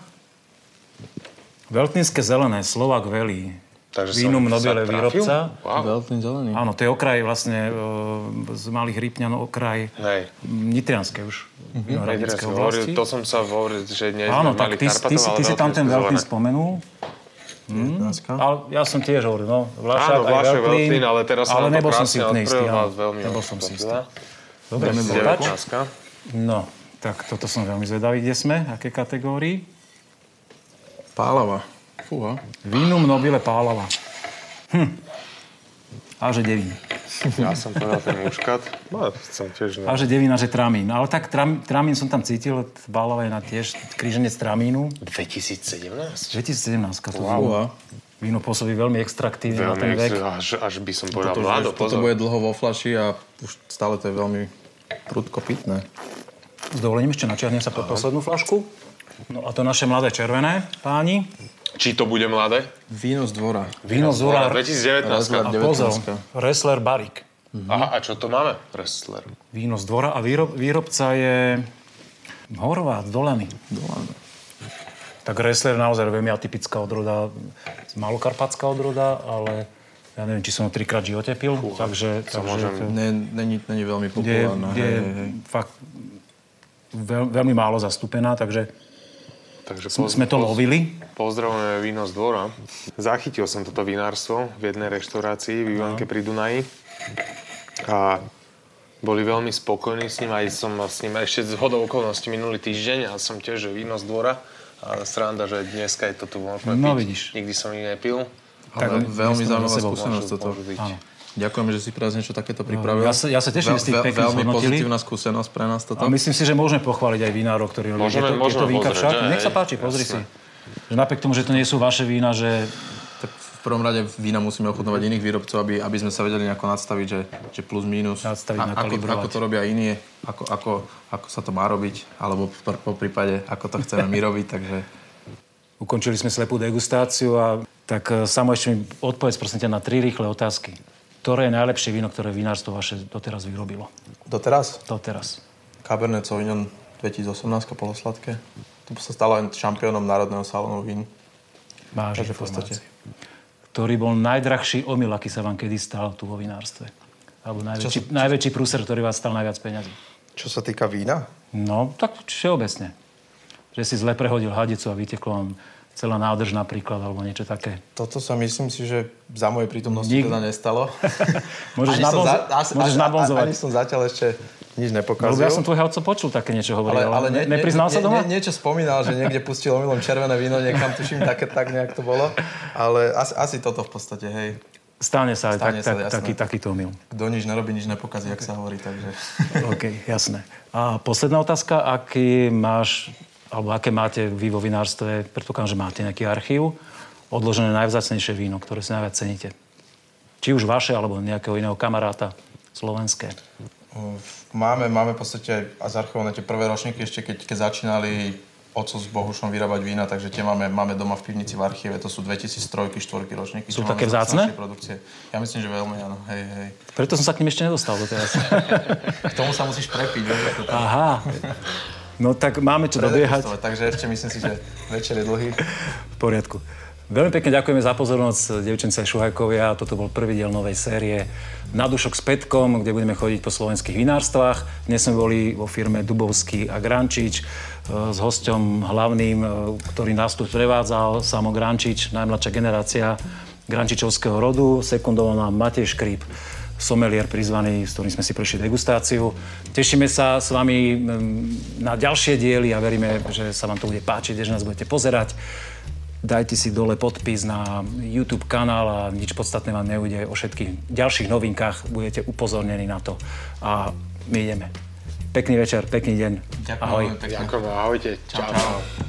[SPEAKER 1] Veltínske zelené, Slovak Valley.
[SPEAKER 4] Takže som
[SPEAKER 1] Vínum
[SPEAKER 4] sa
[SPEAKER 1] Nobile
[SPEAKER 4] trafil?
[SPEAKER 1] výrobca.
[SPEAKER 4] Wow.
[SPEAKER 3] Veltlin zelený.
[SPEAKER 4] Hm.
[SPEAKER 1] Áno, to je okraj vlastne e, z Malých Rýpňan, okraj
[SPEAKER 4] Hej.
[SPEAKER 1] Nitrianskej už.
[SPEAKER 4] Teraz
[SPEAKER 1] Vinohradníckej
[SPEAKER 4] som
[SPEAKER 1] oblasti.
[SPEAKER 4] Mhm. hovoril, to som sa hovoril, že dnes
[SPEAKER 1] Áno,
[SPEAKER 4] sme
[SPEAKER 1] tak
[SPEAKER 4] mali
[SPEAKER 1] ty, ty, si,
[SPEAKER 4] Karpatov,
[SPEAKER 1] ty
[SPEAKER 4] ale
[SPEAKER 1] si tam ten
[SPEAKER 4] Veltlínske
[SPEAKER 1] Veltlín
[SPEAKER 4] zelené.
[SPEAKER 1] spomenul.
[SPEAKER 3] Dneska.
[SPEAKER 1] Ale ja som tiež hovoril, no, Vlášak
[SPEAKER 4] Áno,
[SPEAKER 1] aj
[SPEAKER 4] Vlášek
[SPEAKER 1] Veltlín,
[SPEAKER 4] Veltlín, ale teraz sa
[SPEAKER 1] ale
[SPEAKER 4] nám to
[SPEAKER 1] nebol som si
[SPEAKER 4] krásne
[SPEAKER 1] úplne istý,
[SPEAKER 4] odprvil,
[SPEAKER 1] áno,
[SPEAKER 4] vás veľmi
[SPEAKER 1] nebol som si istý.
[SPEAKER 4] odprvila.
[SPEAKER 1] Dobre,
[SPEAKER 4] Deväť,
[SPEAKER 1] stač.
[SPEAKER 4] dneska.
[SPEAKER 1] No, tak toto som veľmi zvedavý, kde sme, aké kategórii.
[SPEAKER 3] Pálava. Fúha.
[SPEAKER 1] Vínum nobile pálava. Hm. A že devín.
[SPEAKER 4] Ja som povedal ten muškat. No, som tiež...
[SPEAKER 1] A že devín a že tramín. Ale tak tram, tramín som tam cítil, pálava je na tiež kríženec tramínu.
[SPEAKER 4] 2017?
[SPEAKER 1] 2017 to wow.
[SPEAKER 3] Fúha.
[SPEAKER 1] víno pôsobí veľmi extraktívne na ten
[SPEAKER 4] Veľmi,
[SPEAKER 1] vek.
[SPEAKER 4] až, až by som povedal,
[SPEAKER 3] Toto,
[SPEAKER 4] Vlado,
[SPEAKER 3] toto
[SPEAKER 4] pozor.
[SPEAKER 3] bude dlho vo flaši a už stále to je veľmi prudko pitné.
[SPEAKER 1] S dovolením ešte načiahnem sa po poslednú flašku. No a to naše mladé červené, páni.
[SPEAKER 4] Či to bude mladé?
[SPEAKER 3] Víno z dvora.
[SPEAKER 1] Víno z Ura.
[SPEAKER 4] 2019.
[SPEAKER 1] A
[SPEAKER 3] Rozhľad.
[SPEAKER 1] pozor,
[SPEAKER 3] 19.
[SPEAKER 1] Ressler Barik.
[SPEAKER 4] Aha, a čo to máme? Wrestler.
[SPEAKER 1] Víno z dvora a výrob, výrobca je Horvát, Dolany.
[SPEAKER 3] Dolany.
[SPEAKER 1] Tak Ressler naozaj veľmi atypická odroda, malokarpatská odroda, ale ja neviem, či som ho trikrát v živote pil, takže, takže to-
[SPEAKER 3] Ne, není, není veľmi
[SPEAKER 1] kde je,
[SPEAKER 3] populárna.
[SPEAKER 1] kde je
[SPEAKER 3] no, hej, hej, hej.
[SPEAKER 1] fakt veľ, veľmi málo zastúpená, takže
[SPEAKER 4] Takže
[SPEAKER 1] sme, sme to lovili.
[SPEAKER 4] Pozdravujeme víno z dvora. Zachytil som toto vinárstvo v jednej reštaurácii v Ivanke pri Dunaji. A boli veľmi spokojní s ním, aj som s ním ešte z hodou okolností minulý týždeň a som tiež že víno z dvora. A sranda, že dneska je to tu môžeme
[SPEAKER 1] No,
[SPEAKER 4] piť.
[SPEAKER 1] vidíš.
[SPEAKER 4] Nikdy som ich nepil.
[SPEAKER 1] Tak
[SPEAKER 3] Ale veľmi
[SPEAKER 1] dnes to
[SPEAKER 3] zaujímavá
[SPEAKER 1] za sebou.
[SPEAKER 3] skúsenosť
[SPEAKER 4] Môžu-
[SPEAKER 3] toto.
[SPEAKER 4] môžu byť.
[SPEAKER 1] Áno.
[SPEAKER 3] Ďakujem, že si pre nás niečo takéto pripravil.
[SPEAKER 1] No, Ja sa- ja sa teším, že ste ich pekne
[SPEAKER 3] Veľmi
[SPEAKER 1] zhodnotili.
[SPEAKER 3] pozitívna skúsenosť pre nás toto.
[SPEAKER 1] A myslím si, že môžeme pochváliť aj vinárov, ktorí robia
[SPEAKER 4] No. Môžeme-
[SPEAKER 1] tieto-
[SPEAKER 4] môžeme
[SPEAKER 1] tieto vínka
[SPEAKER 4] pozrieť,
[SPEAKER 1] však.
[SPEAKER 4] že?
[SPEAKER 1] Nech sa páči, pozri si. Že napriek tomu, že to nie sú vaše vína, že
[SPEAKER 3] Tak v prvom rade vína musíme ochutnovať iných výrobcov, aby, aby sme sa vedeli nejako nadstaviť, že, že plus minus.
[SPEAKER 1] Nadstaviť,
[SPEAKER 3] a, ako,
[SPEAKER 1] nakalibrovať.
[SPEAKER 3] ako to robia iní, ako, ako, ako sa to má robiť, alebo pr- po prípade, ako to chceme my robiť, takže...
[SPEAKER 1] ukončili sme slepú degustáciu a tak e, samo ešte mi odpovedz prosím ťa na tri rýchle otázky. Ktoré je najlepšie víno, ktoré vinárstvo vaše doteraz vyrobilo?
[SPEAKER 3] Doteraz
[SPEAKER 1] Doteraz.
[SPEAKER 3] Cabernet Sauvignon 2018 polosladké. Tu sa stalo aj šampiónom Národného salónu vín.
[SPEAKER 1] Máš
[SPEAKER 3] Takže v podstate.
[SPEAKER 1] informácie. Ktorý bol najdrahší omyl, aký sa vám kedy stal tu vo vinárstve? Alebo najväčší, najväčší prúser, ktorý vás stal najviac peňazí?
[SPEAKER 5] Čo sa týka vína,
[SPEAKER 1] No, tak všeobecne. Že si zle prehodil hadicu a vyteklo vám celá nádrž napríklad, alebo niečo také.
[SPEAKER 5] toto sa myslím si, že za mojej prítomnosti
[SPEAKER 1] Nik-
[SPEAKER 5] teda nestalo.
[SPEAKER 1] Môžeš nabonzo- môžeš nabonzovať.
[SPEAKER 5] Ani som zatiaľ ešte nič
[SPEAKER 1] Lebo
[SPEAKER 5] nepokazil.
[SPEAKER 1] ja som tvojho otca počul také niečo hovoriť,
[SPEAKER 5] ale,
[SPEAKER 1] ale,
[SPEAKER 5] ale
[SPEAKER 1] ne,
[SPEAKER 5] nie- nie-
[SPEAKER 1] nepriznal sa
[SPEAKER 5] nie-
[SPEAKER 1] doma?
[SPEAKER 5] nie- niečo spomínal, že niekde pustil omylom červené víno, niekam tuším, také, tak nejak to bolo. Ale asi, asi toto v podstate, hej.
[SPEAKER 1] Stane sa aj tak,
[SPEAKER 5] Stane sa,
[SPEAKER 1] tak,
[SPEAKER 5] jasné.
[SPEAKER 1] taký, takýto omyl.
[SPEAKER 5] Kto nič nerobí, nič nepokazí, jak sa hovorí, takže...
[SPEAKER 1] OK, jasné. A posledná otázka, aký máš, alebo aké máte vy vo vinárstve, predpokladám, že máte nejaký archív, odložené najvzácnejšie víno, ktoré si najviac ceníte. Či už vaše, alebo nejakého iného kamaráta slovenské.
[SPEAKER 5] Máme, máme v podstate aj a zarchované tie prvé ročníky, ešte keď, keď začínali otco s Bohušom vyrábať vína, takže tie máme, máme doma v pivnici v archíve, to sú 2003, 4 ročníky.
[SPEAKER 1] Sú
[SPEAKER 5] čo máme
[SPEAKER 1] také
[SPEAKER 5] z
[SPEAKER 1] vzácne?
[SPEAKER 5] našej Produkcie. Ja myslím, že veľmi áno, hej, hej.
[SPEAKER 1] Preto som sa k ním ešte nedostal doteraz.
[SPEAKER 5] K tomu sa musíš prepiť, vieš, ako to
[SPEAKER 1] Aha. No tak máme čo dobiehať.
[SPEAKER 5] predegustovať, takže ešte myslím si, že večer je dlhý.
[SPEAKER 1] V poriadku. Veľmi pekne ďakujeme za pozornosť, devčence Šuhajkovia. Toto bol prvý diel novej série Na dušok s Petkom, kde budeme chodiť po slovenských vinárstvách. Dnes sme boli vo firme Dubovský a Grančič e, s hosťom hlavným, e, ktorý nás tu prevádzal, Samo Grančič, najmladšia generácia Grančičovského rodu, sekundoval nám Matej Škríp, somelier prizvaný, s ktorým sme si prešli degustáciu. Tešíme sa s vami mm, na ďalšie diely a veríme, že sa vám to bude páčiť, že nás budete pozerať. Dajte si dole podpis na YouTube kanál a nič podstatné vám neujde. O všetkých ďalších novinkách budete upozornení na to. A my ideme. Pekný večer, pekný deň.
[SPEAKER 5] Ďakujem
[SPEAKER 1] Ahoj.
[SPEAKER 5] veľmi pekne.
[SPEAKER 4] Ďakujem, ahojte. Čau. čau.